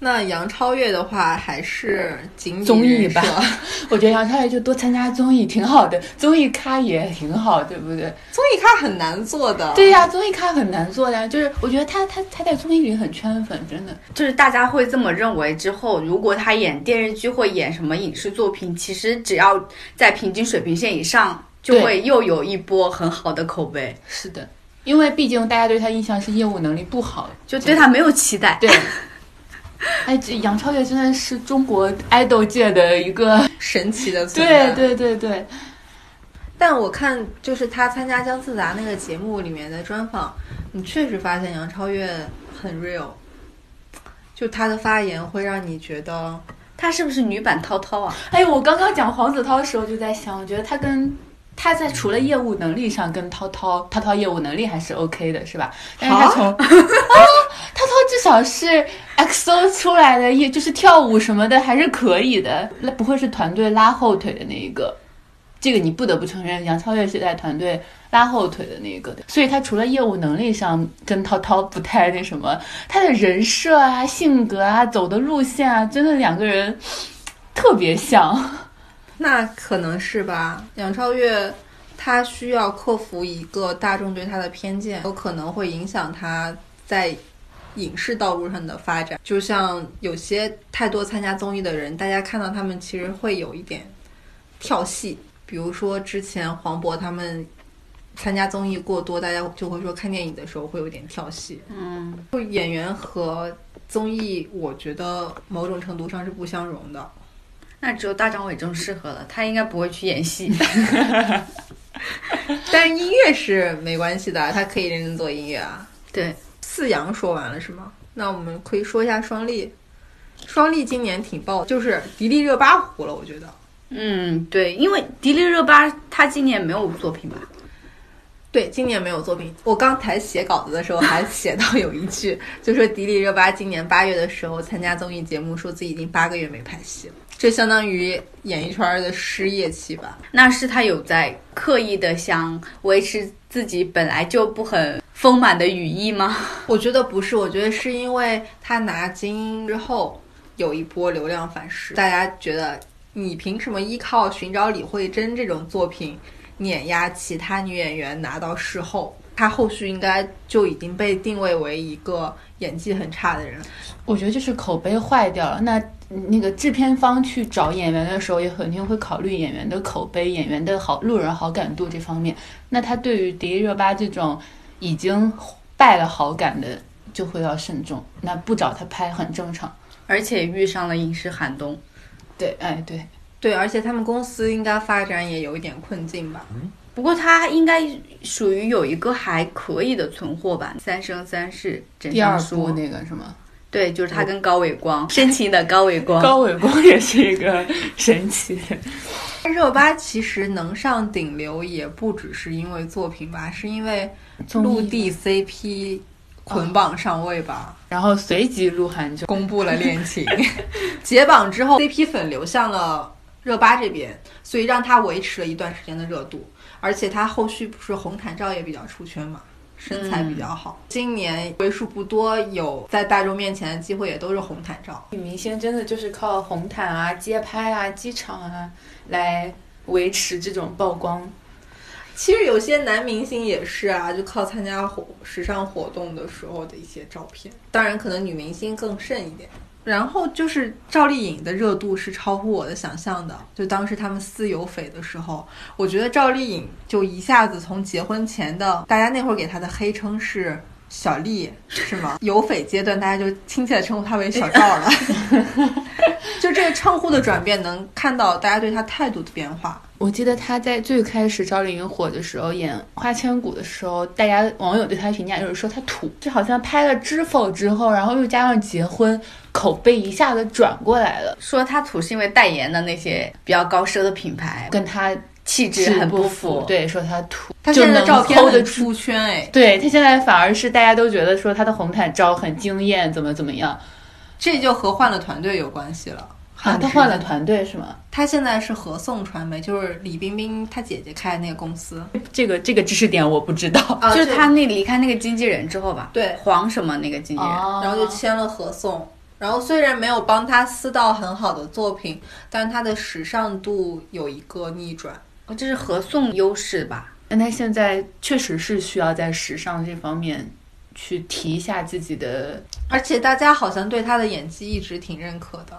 Speaker 2: 那杨超越的话，还是仅以
Speaker 3: 综艺
Speaker 2: 人设
Speaker 3: 吧 (laughs) 我觉得杨超越就多参加综艺挺好的，综艺咖也挺好，对不对？
Speaker 2: (laughs) 综艺咖很难做的。
Speaker 3: 对呀、综艺咖很难做的呀，就是我觉得她她她在综艺里很圈粉，真的。
Speaker 1: (laughs) 就是大家会这么认为之后，如果他演电视剧或演什么影视作品，其实只要在平均水平线以上，就
Speaker 3: 对
Speaker 1: 会又有一波很好的口碑，
Speaker 3: 是的，因为毕竟大家对她印象是业务能力不好，
Speaker 1: 就对他没有期待。
Speaker 3: 对。哎，这杨超越真的是中国爱豆界的一个，
Speaker 2: 神奇的存在。
Speaker 3: 对。对对对，
Speaker 2: 但我看就是她参加姜思达那个节目里面的专访，你确实发现杨超越很 real，就她的发言会让你觉得
Speaker 1: 他是不是女版涛涛啊？
Speaker 3: 哎，我刚刚讲黄子韬的时候就在想，我觉得他跟他在除了业务能力上跟涛涛，涛涛业务能力还是 OK 的，是吧？但是他从啊，涛涛至少是 XO 出来的，也就是跳舞什么的还是可以的，那不会是团队拉后腿的那一个。这个你不得不承认，杨超越是在团队拉后腿的那个的，所以他除了业务能力上跟涛涛不太那什么，他的人设啊、性格啊、走的路线啊，真的两个人特别像。
Speaker 2: 那可能是吧。杨超越她需要克服一个大众对她的偏见，有可能会影响她在影视道路上的发展。就像有些太多参加综艺的人，大家看到他们其实会有一点跳戏，比如说之前黄渤他们。参加综艺过多，大家就会说看电影的时候会有点跳戏。
Speaker 1: 嗯，
Speaker 2: 就演员和综艺，我觉得某种程度上是不相容的。
Speaker 1: 那只有大张伟这种适合了，他应该不会去演戏。
Speaker 2: (laughs) 但音乐是没关系的，他可以认真做音乐啊。
Speaker 1: (laughs) 对，
Speaker 2: 四阳说完了是吗？那我们可以说一下双立。双立今年挺爆，就是迪丽热巴火了，我觉得。
Speaker 1: 嗯，对，因为迪丽热巴她今年没有作品吧？
Speaker 2: 对，今年没有作品。我刚才写稿子的时候还写到有一句， (laughs) 就说迪丽热巴今年八月的时候参加综艺节目，说自己已经八个月没拍戏了，这相当于演艺圈儿的失业期吧。
Speaker 1: 那是她有在刻意的想维持自己本来就不很丰满的羽翼吗？ (laughs)
Speaker 2: 我觉得不是，我觉得是因为他拿金鹰之后有一波流量反噬，大家觉得你凭什么依靠《寻找李慧珍》这种作品碾压其他女演员拿到视后？她后续应该就已经被定位为一个演技很差的人。
Speaker 3: 我觉得就是口碑坏掉了。那那个制片方去找演员的时候，也肯定会考虑演员的口碑、演员的好路人好感度这方面。那他对于迪丽热巴这种已经败了好感的，就会要慎重。那不找他拍很正常。
Speaker 1: 而且遇上了影视寒冬。
Speaker 3: 哎， (laughs) 对，
Speaker 2: 对，而且他们公司应该发展也有一点困境吧？
Speaker 1: 不过它应该属于有一个还可以的存货吧，《三生三世枕
Speaker 3: 第二
Speaker 1: 上
Speaker 3: 部
Speaker 1: 书》
Speaker 3: 那个什么
Speaker 1: 对，就是他跟高伟光深情的高伟光，
Speaker 3: 高伟光也是一个神奇的 (laughs) 人，
Speaker 2: 热巴其实能上顶流，也不只是因为作品吧，是因为
Speaker 3: 综艺
Speaker 2: 陆地 CP 捆绑上位吧，
Speaker 3: 然后随即鹿晗就
Speaker 2: 公布了恋情。 (laughs) 解绑之后，CP 粉流向了热巴这边，所以让她维持了一段时间的热度。而且她后续不是红毯照也比较出圈嘛，身材比较好。今年为数不多有在大众面前的机会，也都是红毯照。
Speaker 4: 女明星真的就是靠红毯啊、街拍啊、机场啊来维持这种曝光。
Speaker 2: 其实有些男明星也是啊，就靠参加活时尚活动的时候的一些照片。当然，可能女明星更甚一点。然后就是赵丽颖的热度是超乎我的想象的。就当时他们撕有匪的时候，我觉得赵丽颖就一下子从结婚前的大家那会儿给她的黑称是小丽，是吗？有匪阶段，大家就亲切的称呼她为小赵了。 (laughs) 就这个称呼的转变，能看到大家对她态度的变化。
Speaker 3: 我记得她在最开始赵丽颖火的时候演《花千骨》的时候，大家网友对她的评价就是说她土，就好像拍了《知否》之后，然后又加上结婚，口碑一下子转过来了，
Speaker 1: 说他土是因为代言的那些比较高奢的品牌，
Speaker 3: 跟她
Speaker 1: 气质
Speaker 3: 是
Speaker 1: 很
Speaker 3: 不
Speaker 1: 符。，
Speaker 3: 对，说她土，
Speaker 2: 她
Speaker 3: 就
Speaker 2: 现在
Speaker 3: 能
Speaker 2: 的照片
Speaker 3: hold 得
Speaker 2: 很
Speaker 3: 住。
Speaker 2: 出圈哎，
Speaker 3: 对她现在反而是大家都觉得说她的红毯照很惊艳，怎么怎么样
Speaker 2: 这就和换了团队有关系了。
Speaker 3: 啊？她换了团队是吗？
Speaker 2: 他现在是合颂传媒，就是李冰冰她姐姐开的那个公司。
Speaker 3: 这个这个知识点我不知
Speaker 2: (laughs)
Speaker 3: 道。
Speaker 2: 啊
Speaker 1: 就是他那离开那个经纪人之后吧，
Speaker 2: 对
Speaker 1: 黄什么那个经纪人，
Speaker 3: 哦
Speaker 2: 然后就签了合颂。然后虽然没有帮他撕到很好的作品，但是他的时尚度有一个逆转。
Speaker 1: 哦这是合颂优势吧？
Speaker 3: 但他现在确实是需要在时尚这方面去提一下自己的，
Speaker 2: 而且大家好像对他的演技一直挺认可的。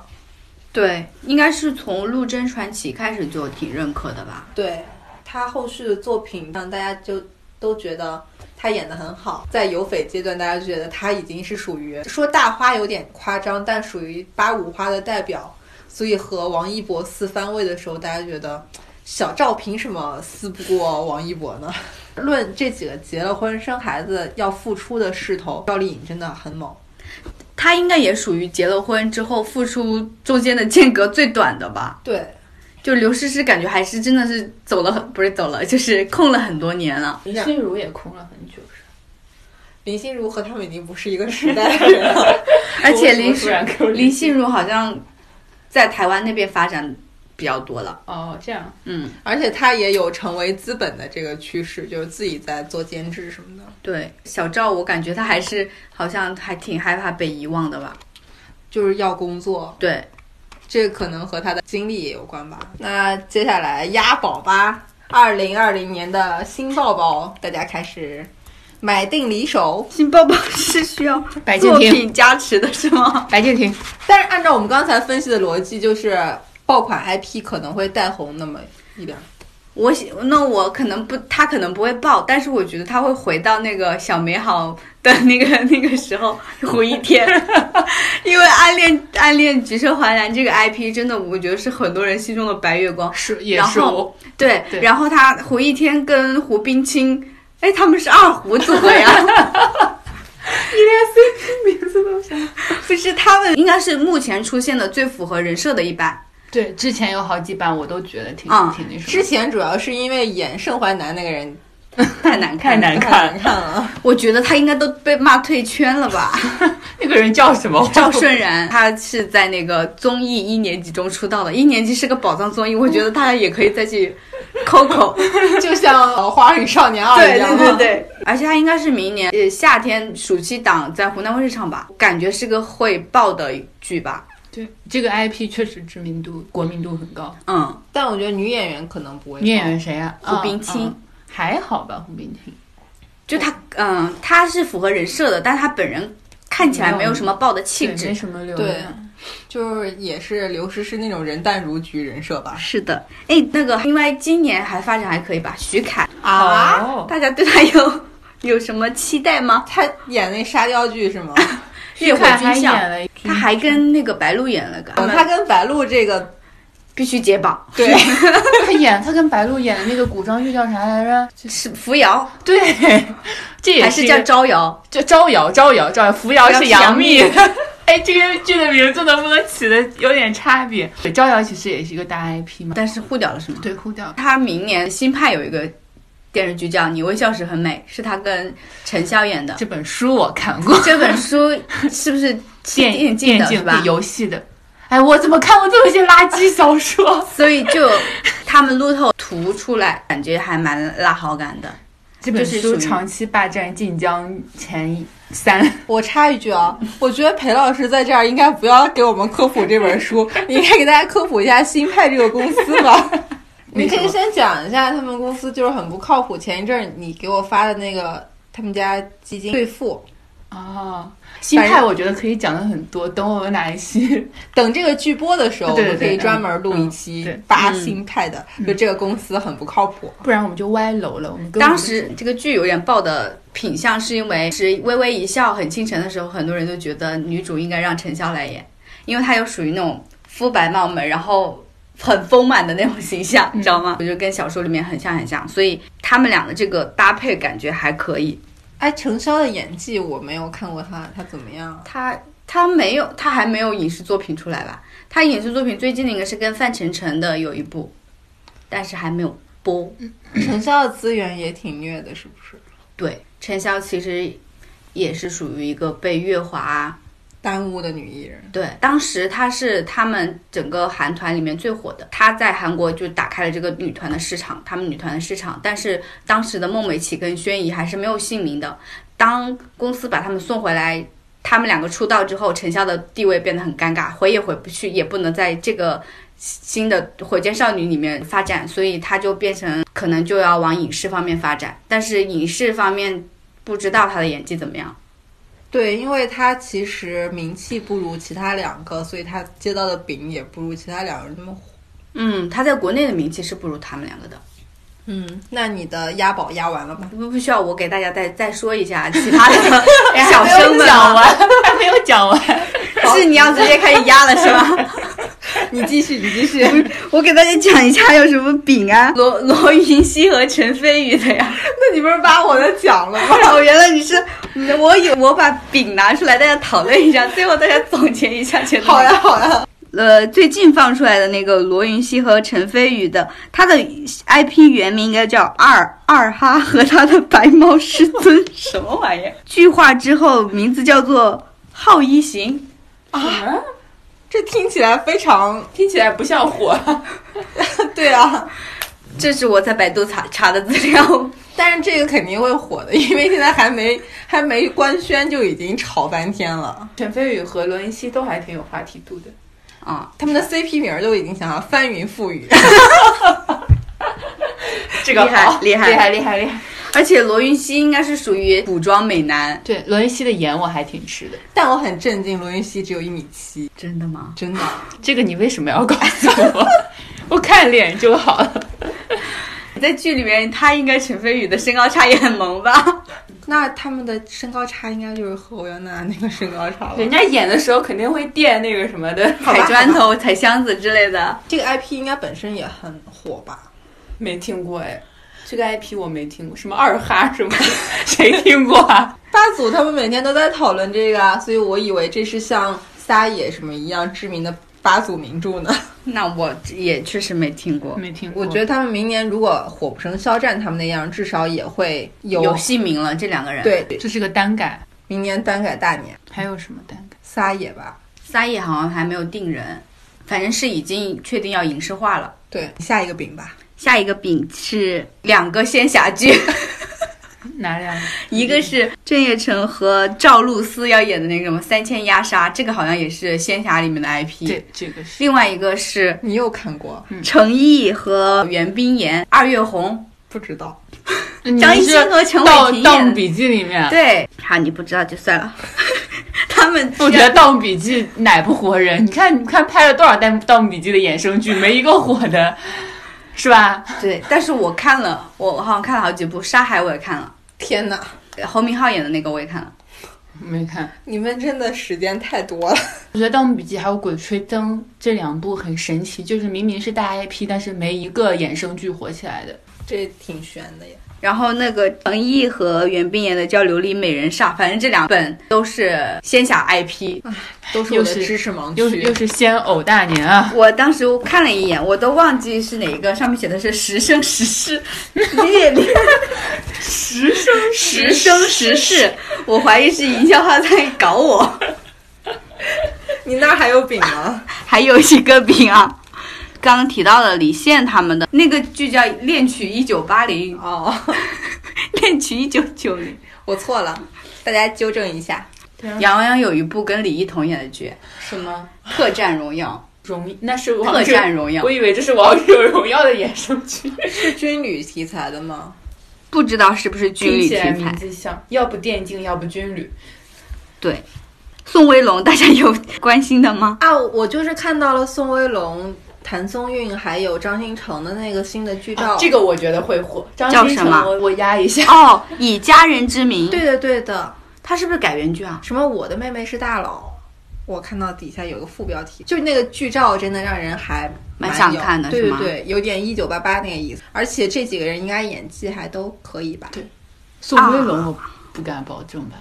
Speaker 1: 对，应该是从《陆贞传奇》开始就挺认可的吧？
Speaker 2: 对他后续的作品，让大家就都觉得他演的很好。在有匪阶段，大家就觉得他已经是属于说大花有点夸张，但属于八五花的代表。所以和王一博撕番位的时候，大家觉得小赵凭什么撕不过王一博呢？ (laughs) 论这几个结了婚生孩子要付出的势头，赵丽颖真的很猛。
Speaker 1: 他应该也属于结了婚之后付出中间的间隔最短的吧？
Speaker 2: 对，
Speaker 1: 就刘诗诗感觉还是真的是走了很，不是走了，就是空了很多年了。
Speaker 3: 林心如也空了很久，
Speaker 2: 林心如和他们已经不是一个时代的人了。
Speaker 1: 而且林
Speaker 3: 突然 Q
Speaker 1: 林心如好像在台湾那边发展比较多了。
Speaker 3: 哦，这样
Speaker 1: 嗯，
Speaker 2: 而且他也有成为资本的这个趋势，就是自己在做监制什么的。
Speaker 1: 对，小赵，我感觉他还是好像还挺害怕被遗忘的吧？
Speaker 2: 就是要工作，
Speaker 1: 对，
Speaker 2: 这可能和他的经历也有关吧。那接下来押宝吧，二零二零年的新抱抱，大家开始买定离手。
Speaker 1: 新抱抱 (laughs) 是需要
Speaker 3: 白敬
Speaker 1: 作
Speaker 3: 亭，
Speaker 1: 品加持的是吗？
Speaker 3: 白敬亭，
Speaker 2: 但是按照我们刚才分析的逻辑，就是爆款 IP 可能会带红那么一两。
Speaker 1: 我喜那我可能不，他可能不会爆，但是我觉得他会回到那个小美好的那个那个时候，胡一
Speaker 3: (laughs)
Speaker 1: 天，因为暗恋暗恋橘生淮南这个 IP 真的，我觉得是很多人心中的白月光。
Speaker 3: 是也
Speaker 1: 然
Speaker 3: 是
Speaker 1: 后
Speaker 3: 我，
Speaker 1: 对，
Speaker 3: 对
Speaker 1: 然后他胡一天跟胡冰卿，哎，他们是二胡组合呀。
Speaker 3: (laughs)
Speaker 1: 你连 CP 名字都想，不是他们应该是目前出现的最符合人设的一版。
Speaker 3: 对，之前有好几版我都觉得挺、
Speaker 1: 嗯
Speaker 3: 挺那什
Speaker 2: 之
Speaker 3: 么，
Speaker 2: 前主要是因为演盛淮南那个人
Speaker 1: 太难
Speaker 3: 太
Speaker 1: 看了，
Speaker 3: 难
Speaker 2: 太
Speaker 3: 看
Speaker 2: 难
Speaker 3: 了，
Speaker 2: 看了，
Speaker 1: 我觉得他应该都被骂退圈了吧？
Speaker 3: (laughs) 那个人叫什么？
Speaker 1: 赵顺然，他是在那个综艺一年级中出道的，一年级是个宝藏综艺，我觉得他也可以再去
Speaker 3: (laughs)
Speaker 1: Coco。
Speaker 2: 就像呃《花儿与少
Speaker 3: 啊
Speaker 2: 年二》
Speaker 1: 对
Speaker 2: 一样。
Speaker 1: 对对对，而且他应该是明年呃夏天暑期档在湖南卫视上吧，感觉是个会爆的剧吧。
Speaker 3: 对，这个 IP 确实知名度、国民度很高。
Speaker 1: 嗯，
Speaker 2: 但我觉得女演员可能不会。
Speaker 3: 女演员谁啊？
Speaker 1: 胡
Speaker 3: 啊
Speaker 1: 冰卿
Speaker 3: 啊还好吧，胡冰卿。
Speaker 1: 就他，嗯，他是符合人设的，但他本人看起来没有什么爆的气
Speaker 3: 嗯对
Speaker 1: 质
Speaker 3: 没。什么流
Speaker 2: 对
Speaker 3: 量。
Speaker 2: 就是也是刘诗诗那种人淡如菊人设吧？
Speaker 1: 是的，哎，那个，另外今年还发展还可以吧？徐凯，
Speaker 3: 哦，
Speaker 2: 啊
Speaker 1: 啊大家对他有有什么期待吗？
Speaker 3: (laughs)
Speaker 2: 她演那沙雕剧是吗？
Speaker 1: 烈火
Speaker 3: 看
Speaker 1: 军
Speaker 3: 还
Speaker 1: 校，
Speaker 3: 演了一
Speaker 1: 他还跟那个白鹿演
Speaker 3: 嗯
Speaker 1: 了个，
Speaker 2: 他跟白鹿这个
Speaker 1: 必须解绑，
Speaker 2: 对
Speaker 3: 他演他跟白鹿演的那个古装剧叫啥来着？
Speaker 1: 是扶摇
Speaker 3: (laughs) 对，这也
Speaker 1: 还
Speaker 3: 是
Speaker 1: 是
Speaker 3: 一
Speaker 1: 叫
Speaker 3: 个
Speaker 1: 招摇？
Speaker 3: 叫招摇招摇招摇，扶摇是
Speaker 1: 杨
Speaker 3: 杨幂。 (laughs) 哎，这个剧的名字能不能起的有点差别？对招摇其实也是一个大 IP 嘛，
Speaker 1: 但是互掉了是吗？
Speaker 3: 对，哭掉。
Speaker 1: 他明年新派有一个电视剧叫《你微笑时很美》，是他跟陈晓演的。
Speaker 3: 这本书我看过，
Speaker 1: 这本书是不是是
Speaker 3: 电
Speaker 1: 电竞
Speaker 3: 电
Speaker 1: 的是
Speaker 3: 竞
Speaker 1: 吧？
Speaker 3: 游戏的。哎，我怎么看过这么些垃圾小 (laughs) 说？
Speaker 1: 所以就他们路透图出来，感觉还蛮拉好感的。
Speaker 3: 这本
Speaker 1: 就是属
Speaker 3: 书
Speaker 1: 于
Speaker 3: 长期霸占晋江前三。
Speaker 2: (laughs) 我插一句啊，我觉得裴老师在这儿应该不要给我们科普这本
Speaker 3: (laughs)
Speaker 2: 书，你应该给大家科普一下新派这个公司吧。你可以先讲一下他们公司就是很不靠谱。前一阵儿你给我发的那个他们家基金兑付，
Speaker 3: 哦，新
Speaker 2: 反
Speaker 3: 派
Speaker 2: 正
Speaker 3: 我觉得可以讲的很多，等我们哪一期 (laughs)
Speaker 2: 等这个剧播的时候，
Speaker 3: 对对
Speaker 2: 我们可
Speaker 3: 对
Speaker 2: 以
Speaker 3: 嗯
Speaker 2: 专门录一
Speaker 3: 嗯
Speaker 2: 期
Speaker 3: 对
Speaker 2: 扒
Speaker 1: 嗯
Speaker 2: 新派的，就这个公司很不靠谱。
Speaker 3: 不然我们就歪楼了。我们根本
Speaker 1: 当时这个剧有点爆的品相，是因为是微微一笑很倾城的时候，很多人就觉得女主应该让陈晓来演，因为她又属于那种肤白貌美，然后很丰满的那种形象，你知道吗？我觉得跟小说里面很像很像，所以他们俩的这个搭配感觉还可以。
Speaker 2: 哎，程潇的演技我没有看过他，他怎么样？啊
Speaker 1: 他他没有，他还没有影视作品出来吧？他影视作品最近的应该是跟范丞丞的有一部，但是还没有播。
Speaker 2: 程潇的资源也挺虐的，是不是？
Speaker 1: 对，陈晓其实也是属于一个被月华啊
Speaker 2: 耽误的女艺人。
Speaker 1: 对，当时她是他们整个韩团里面最火的，她在韩国就打开了这个女团的市场，他们女团的市场。但是当时的孟美岐跟宣仪还是没有姓名的。当公司把他们送回来，他们两个出道之后，陈晓的地位变得很尴尬，回也回不去，也不能在这个新的火箭少女里面发展，所以她就变成可能就要往影视方面发展。但是影视方面不知道她的演技怎么样。
Speaker 2: 对，因为他其实名气不如其他两个，所以他接到的饼也不如其他两个人那么火。
Speaker 1: 嗯，她在国内的名气是不如他们两个的。
Speaker 2: 嗯，那你的押宝押完了吗？ (laughs)
Speaker 1: 不不需要我给大家再再说一下其他的 (laughs) 小
Speaker 3: 还没
Speaker 1: 生
Speaker 3: 有
Speaker 1: 们
Speaker 3: 讲
Speaker 1: 吗？
Speaker 3: (laughs) 完，还没有讲完。
Speaker 1: 是你要直接开始压了是吧？
Speaker 2: 你继续，你继续。
Speaker 1: (laughs)
Speaker 2: (laughs)
Speaker 1: 我给大家讲一下有什么饼啊？罗罗云熙和陈飞宇的呀。
Speaker 2: 那你不是把我的讲了吗？ (laughs)
Speaker 1: 哦，原来你是你我有我把饼拿出来，大家讨论一下，最后大家总结一下。觉得
Speaker 2: 好呀，好呀。
Speaker 1: 呃，最近放出来的那个罗云熙和陈飞宇的，他的 IP 原名应该叫二二哈和他的白猫师尊，什么玩意儿？剧化之后名字叫做浩一行，
Speaker 2: 这听起来非常
Speaker 4: 听起来不像火。
Speaker 2: 对啊，
Speaker 1: 这是我在百度查查的资料。
Speaker 2: (laughs)
Speaker 1: (laughs)
Speaker 2: 但是这个肯定会火的，因为现在还没还没官宣就已经炒翻天了。
Speaker 4: 陈飞宇和罗云熙都还挺有话题度的。
Speaker 1: 啊，
Speaker 2: 他们的 CP 名儿都已经想要翻云覆雨。 (laughs)
Speaker 4: 这个
Speaker 1: 厉害
Speaker 4: 好
Speaker 1: 厉害
Speaker 4: 厉害厉害厉害！
Speaker 1: 而且罗云熙应该是属于古装美男，
Speaker 3: 对，罗云熙的颜我还挺吃的。
Speaker 2: 但我很震惊，罗云熙只有一米七，
Speaker 1: 真的吗？
Speaker 2: 真的。
Speaker 3: 这个你为什么要告诉
Speaker 4: (laughs)
Speaker 3: 我？我看脸就好了。
Speaker 1: 在剧里面，他应该陈飞宇的身高差也很
Speaker 2: (laughs)
Speaker 1: 萌吧？
Speaker 2: 那他们的身高差应该就是和欧阳娜娜那个身高差了。
Speaker 4: 人家演的时候肯定会垫那个什么
Speaker 3: (laughs)
Speaker 4: 的，
Speaker 1: 踩砖头、 (laughs) 踩箱子之类的。
Speaker 2: 这个 IP 应该本身也很火吧？
Speaker 4: 没听过哎。这个 IP 我没听过，什么二哈
Speaker 3: (laughs)
Speaker 4: 什么的，谁听过啊？
Speaker 2: 八组他们每天都在讨论这个啊，所以我以为这是像撒野什么一样知名的八组名著
Speaker 4: (laughs)
Speaker 2: 呢。
Speaker 1: 那我也确实没听过，
Speaker 3: 没听
Speaker 2: 我觉得他们明年如果火不成肖战他们那样，至少也会有
Speaker 1: 有姓名了这两个人。，
Speaker 2: 对
Speaker 3: 这是个单改，
Speaker 2: 明年单改大年
Speaker 3: 还有什么单改？
Speaker 2: 撒野吧。
Speaker 1: 撒野好像还没有定人，反正是已经确定要影视化了。
Speaker 2: 对，下一个饼吧。
Speaker 1: 下一个饼是两个仙侠剧， (laughs)
Speaker 3: 哪两个？
Speaker 1: 一个是郑业成和赵露思要演的那个什么《三千鸦杀》，这个好像也是仙侠里面的 IP。
Speaker 3: 这这个是
Speaker 1: 另外一个是
Speaker 2: 你有看过？
Speaker 1: 陈毅和袁冰妍、二月红、
Speaker 2: 不知道。
Speaker 1: 张艺兴和陈
Speaker 3: 盗
Speaker 1: 伟霆
Speaker 3: 《盗墓
Speaker 1: 演的。
Speaker 3: 笔记》里面，
Speaker 1: 对，好，你不知道就算了。 (laughs) 他们
Speaker 3: (laughs) 我觉得《盗墓笔记》奶不活人。你看，你看拍了多少代《盗墓笔记》的衍生剧，没一个火的，是吧？
Speaker 1: 对，但是我看了，我我好像看了好几部，《沙海》我也看了，
Speaker 2: 天哪！
Speaker 1: 侯明昊演的那个我也看了，
Speaker 3: 没看。
Speaker 2: 你们真的时间太多了。
Speaker 3: 我觉得《盗墓笔记》还有《鬼吹灯》这两部很神奇，就是明明是大 IP，但是没一个衍生剧火起来的。
Speaker 2: (laughs) 这挺悬的呀。
Speaker 1: 然后那个程毅和袁冰妍的叫《琉璃美人煞》，反正这两本都是仙侠 IP。
Speaker 2: 都是
Speaker 3: 又
Speaker 2: 我的
Speaker 3: 是
Speaker 2: 知识盲区，
Speaker 3: 又是又是先偶大年啊！
Speaker 1: 我当时看了一眼，我都忘记是哪一个，上面写的是十生十世，你也别
Speaker 3: 十生
Speaker 1: 十生十世，我怀疑是营销号在搞我。
Speaker 2: 你那儿还有饼 (laughs) 吗？
Speaker 1: 还有一个饼啊，刚刚提到了李现他们的那个剧叫《恋曲一九八零》，
Speaker 2: 哦，
Speaker 1: 《恋曲一九九零》。
Speaker 2: 我错了，大家纠正一下。
Speaker 1: 杨洋有一部跟李一桐演的剧
Speaker 3: 什么
Speaker 1: 《特战荣耀
Speaker 3: 荣？那是》，王
Speaker 1: 特
Speaker 3: 者
Speaker 1: 战荣耀
Speaker 4: 我，以为这是王者荣耀的衍生剧，
Speaker 2: 是军旅题材的吗？
Speaker 1: 不知道是不是军
Speaker 3: 听
Speaker 1: 旅
Speaker 3: 起
Speaker 1: 题
Speaker 3: 来名
Speaker 1: 材。
Speaker 3: 字像，要不电竞，要不军旅。
Speaker 1: 对，宋威龙大家有关心的吗？
Speaker 2: 啊，我就是看到了宋威龙、谭松韵还有张新成的哦那个新的剧照。
Speaker 3: 这个我觉得会火。张
Speaker 1: 叫
Speaker 3: 新
Speaker 1: 什
Speaker 3: 成
Speaker 1: 么，
Speaker 3: 我我压一下。
Speaker 1: 哦，以家人之名，
Speaker 2: 对，的对的，
Speaker 1: 它是不是改编剧啊？
Speaker 2: 什么我的妹妹是大佬。我看到底下有个副标题，就是那个剧照真的让人还
Speaker 1: 蛮
Speaker 2: 有
Speaker 1: 想看的
Speaker 2: 对
Speaker 1: 是
Speaker 2: 对
Speaker 1: 吗
Speaker 2: 对，有点一九八八那个意思。而且这几个人应该演技还都可以吧？
Speaker 3: 对宋威龙我不敢保证吧，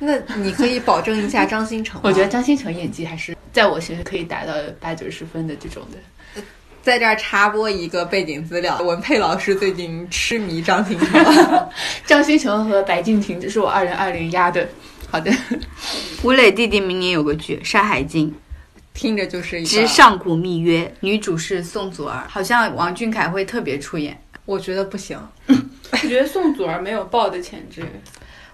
Speaker 2: 那你可以保证一下张新 (laughs) 成吗。
Speaker 3: 我
Speaker 4: 嗯
Speaker 3: 觉得张新成演技还是在我心里可以达到八九十分的这种的。
Speaker 2: 在这儿插播一个背景资料，文佩老师最近痴迷张新 (laughs) 成，
Speaker 3: 张新成和白敬亭，这是我二零二零压的。好的，
Speaker 1: 吴磊弟弟明年有个剧《山海经》，
Speaker 2: 听着就是一
Speaker 1: 之
Speaker 2: 个，
Speaker 1: 上古密约，女主是宋祖儿，好像王俊凯会特别出演。
Speaker 2: 我觉得不行。
Speaker 4: 我觉得宋祖儿没有爆的潜质。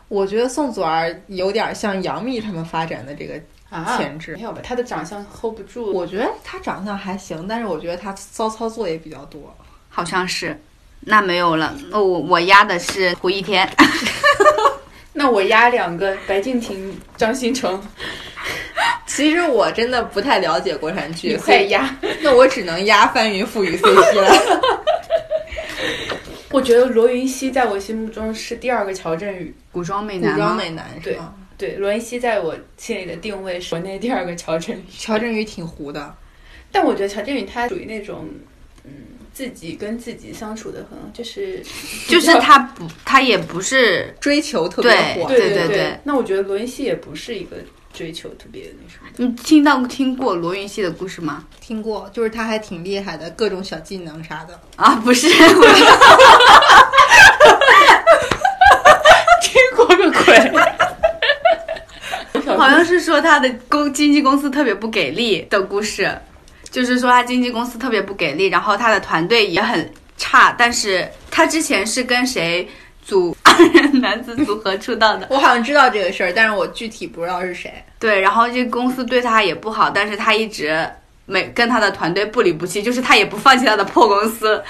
Speaker 2: 我觉得宋祖儿有点像杨幂他们发展的这个，
Speaker 4: 啊
Speaker 2: 潜质
Speaker 4: 没有吧？他的长相 hold 不住。
Speaker 2: 我觉得她长相还行，但是我觉得她骚操作也比较多。
Speaker 1: 好像是。那没有了，那我我压的是胡一天，
Speaker 4: 那我压两个白敬亭、张新成，
Speaker 2: 其实我真的不太了解国产剧，
Speaker 4: 你
Speaker 2: 所
Speaker 4: 快
Speaker 2: 以
Speaker 4: 压！
Speaker 2: 那我只能压翻云 (laughs) 覆雨 CP 了。
Speaker 4: 我觉得罗云熙在我心目中是第二个乔振宇。
Speaker 1: 古装美男
Speaker 2: 古装
Speaker 1: 吗？
Speaker 2: 美男是吗？
Speaker 4: 对，罗云熙在我心里的定位是国内第二个乔振宇，
Speaker 2: 乔振宇挺糊的，
Speaker 4: 但我觉得乔振宇他属于那种，嗯，自己跟自己相处的很，就是
Speaker 1: 就是他不，他也不是
Speaker 2: 追求特别
Speaker 1: 对
Speaker 2: 火。
Speaker 4: 对
Speaker 1: 对
Speaker 4: 对
Speaker 1: 对
Speaker 4: 那我觉得罗云熙也不是一个追求特别那什么的。
Speaker 1: 你听到听过罗云熙的故事吗？
Speaker 2: 听过，就是他还挺厉害的，各种小技能啥的。
Speaker 1: 啊，不 (laughs) 是，我
Speaker 3: 听过个鬼！
Speaker 1: (laughs) 好像是说他的公经纪公司特别不给力的故事，就是说他经纪公司特别不给力，然后他的团队也很差，但是他之前是跟谁组 (laughs) 二人男子组合出道的？
Speaker 2: (laughs) 我好像知道这个事儿，但是我具体不知道是谁。
Speaker 1: 对，然后这公司对他也不好，但是他一直没跟他的团队不离不弃，就是他也不放弃他的破公司。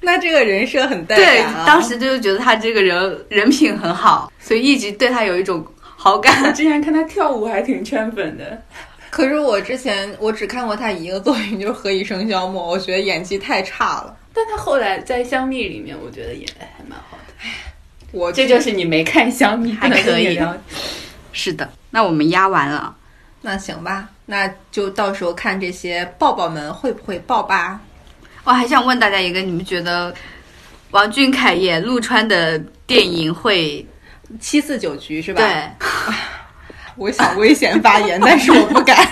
Speaker 2: 那这个人设很带
Speaker 1: 对
Speaker 2: 感、啊，，
Speaker 1: 当时就是觉得他这个人人品很好，所以一直对他有一种好
Speaker 4: 我
Speaker 1: 感。
Speaker 4: 之前看他跳舞还挺圈粉的，
Speaker 2: 可是我之前我只看过他一个作品，就是《何以笙箫默》，我觉得演技太差了。
Speaker 4: 但他后来在《香蜜》里面，我觉得演的还蛮好的。
Speaker 2: 我
Speaker 4: 这就是你没看《香蜜》，
Speaker 1: 还
Speaker 4: 不能跟
Speaker 1: 可以
Speaker 4: 你聊
Speaker 1: 是的，那我们压完了。
Speaker 2: 那行吧，那就到时候看这些抱抱们会不会爆吧。
Speaker 1: 我还想问大家一个，你们觉得王俊凯演陆川的电影会
Speaker 2: 七四九局是吧？
Speaker 1: 对，
Speaker 2: 我想危险发
Speaker 1: (laughs)
Speaker 2: 言，但是我不敢。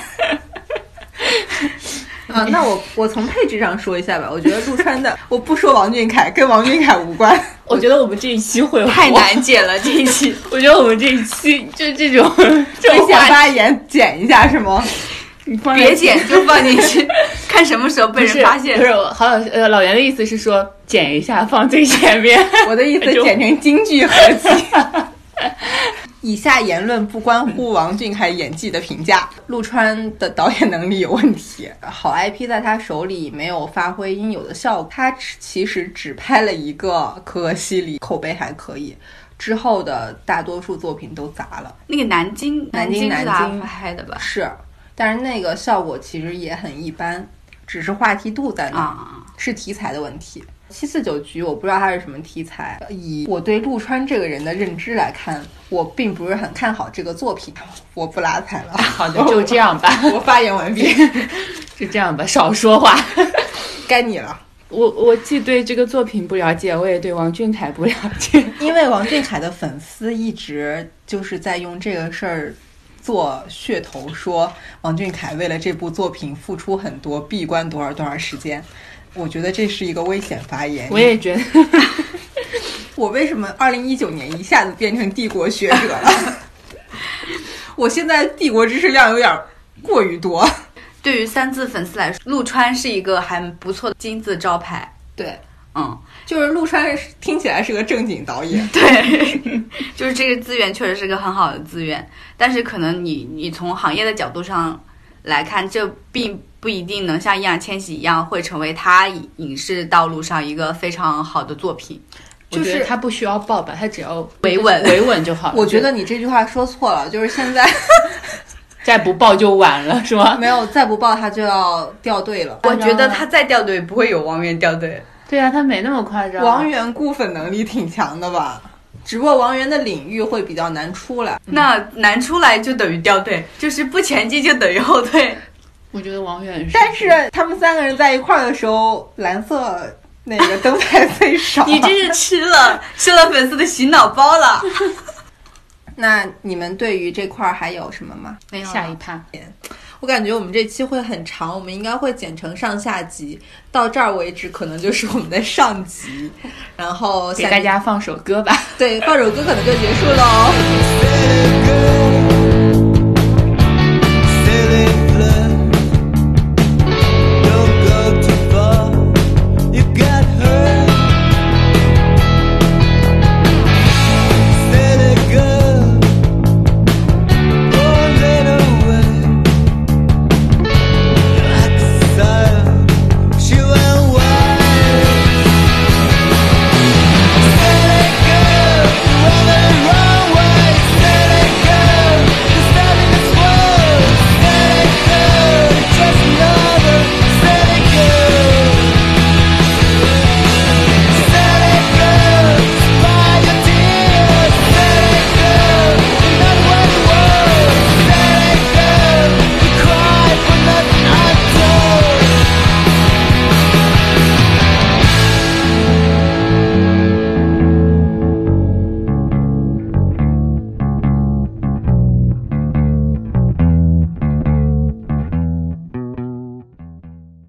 Speaker 2: 啊，那我我从配置上说一下吧。我觉得陆川的，我不说王俊凯，跟王俊凯无
Speaker 1: (laughs)
Speaker 2: 关。
Speaker 3: 我觉得我们这一期会
Speaker 1: 太
Speaker 3: 火
Speaker 1: 难解了这一期？
Speaker 3: 我觉得我们这一期就这
Speaker 1: (laughs)
Speaker 3: 种这
Speaker 2: 危
Speaker 3: 种
Speaker 2: 险
Speaker 3: 话题，
Speaker 2: 发言剪一下是吗？
Speaker 3: 你放在
Speaker 1: 别剪就放
Speaker 2: (laughs)
Speaker 1: 进去，看什么时候被
Speaker 3: 不是
Speaker 1: 人发现
Speaker 3: 不。是，我郝老师呃老袁的意思是说剪一下放最前
Speaker 1: (laughs)
Speaker 3: 面。
Speaker 2: 我的意思
Speaker 3: 就
Speaker 2: 剪成京剧合集。 (laughs) 以下言论不关乎王俊凯演技的评价，陆川的导演能力有问题，好 IP 在他手里没有发挥应有的效果，他其实只拍了一个《可可西里》，口碑还可以，之后的大多数作品都砸了。
Speaker 1: 那个南京，
Speaker 2: 南京
Speaker 1: 京是他
Speaker 2: 南京
Speaker 1: 拍的吧？
Speaker 2: 是，但是那个效果其实也很一般，只是话题度在那儿，
Speaker 1: 啊，
Speaker 2: 是题材的问题。七四九局我不知道它是什么题材，以我对陆川这个人的认知来看，我并不是很看好这个作品。 (laughs) 我不拉踩了，
Speaker 3: 啊好的，就这样吧，
Speaker 2: (laughs) 我发言完毕，
Speaker 3: (laughs)
Speaker 2: (laughs)
Speaker 3: 就这样吧，少说话。
Speaker 2: 该你了。
Speaker 3: 我我既对这个作品不了解，我也对王俊凯不了解。
Speaker 2: 因为王俊凯的粉丝一直就是在用这个事儿做噱头，说王俊凯为了这部作品付出很多，闭关多少多少时间。我觉得这是一个危险发言。
Speaker 3: 我也觉得，
Speaker 2: 我为什么二零一九年一下子变成帝国学者 (laughs) 了？我现在帝国知识量有点过于多。
Speaker 1: 对于三字粉丝来说，陆川是一个还不错的金字招牌。
Speaker 2: 对，
Speaker 1: 嗯，
Speaker 2: 就是陆川是听起来是个正经导演，
Speaker 1: 对，就是这个资源确实是个很好的资源，但是可能你你从行业的角度上来看，这并不一定能像易烊千玺一样会成为他影视道路上一个非常好的作品。
Speaker 3: 我觉
Speaker 2: 就是
Speaker 3: 得他不需要爆吧，他只要
Speaker 1: 维稳
Speaker 3: 维稳就好了。
Speaker 2: 我觉得你这句话说错了，就是现 (laughs) 在
Speaker 3: 再不爆就晚了，是吗？
Speaker 2: 没有再不报他就要掉队了。
Speaker 1: 我觉得他再掉队不会有王源掉队。
Speaker 3: 对啊，他没那么夸张。
Speaker 2: 王源固粉能力挺强的吧？只不过王源的领域会比较难出来。
Speaker 1: 那难出来就等于掉队，就是不前进就等于后退。
Speaker 3: 我觉得王源是，
Speaker 2: 但是他们三个人在一块儿的时候，蓝色那个灯牌最 (laughs) 少。
Speaker 1: 你真是吃了吃了粉丝的洗脑包了。
Speaker 2: 那你们对于这块儿还有什么吗？
Speaker 1: 没有了
Speaker 3: 下一趴
Speaker 2: 我感觉我们这期会很长，我们应该会剪成上下集，到这儿为止可能就是我们的上集，然后
Speaker 3: 给
Speaker 2: 下
Speaker 3: 大家放首歌吧。
Speaker 2: 对放首歌可能就结束喽。哦
Speaker 6: Good.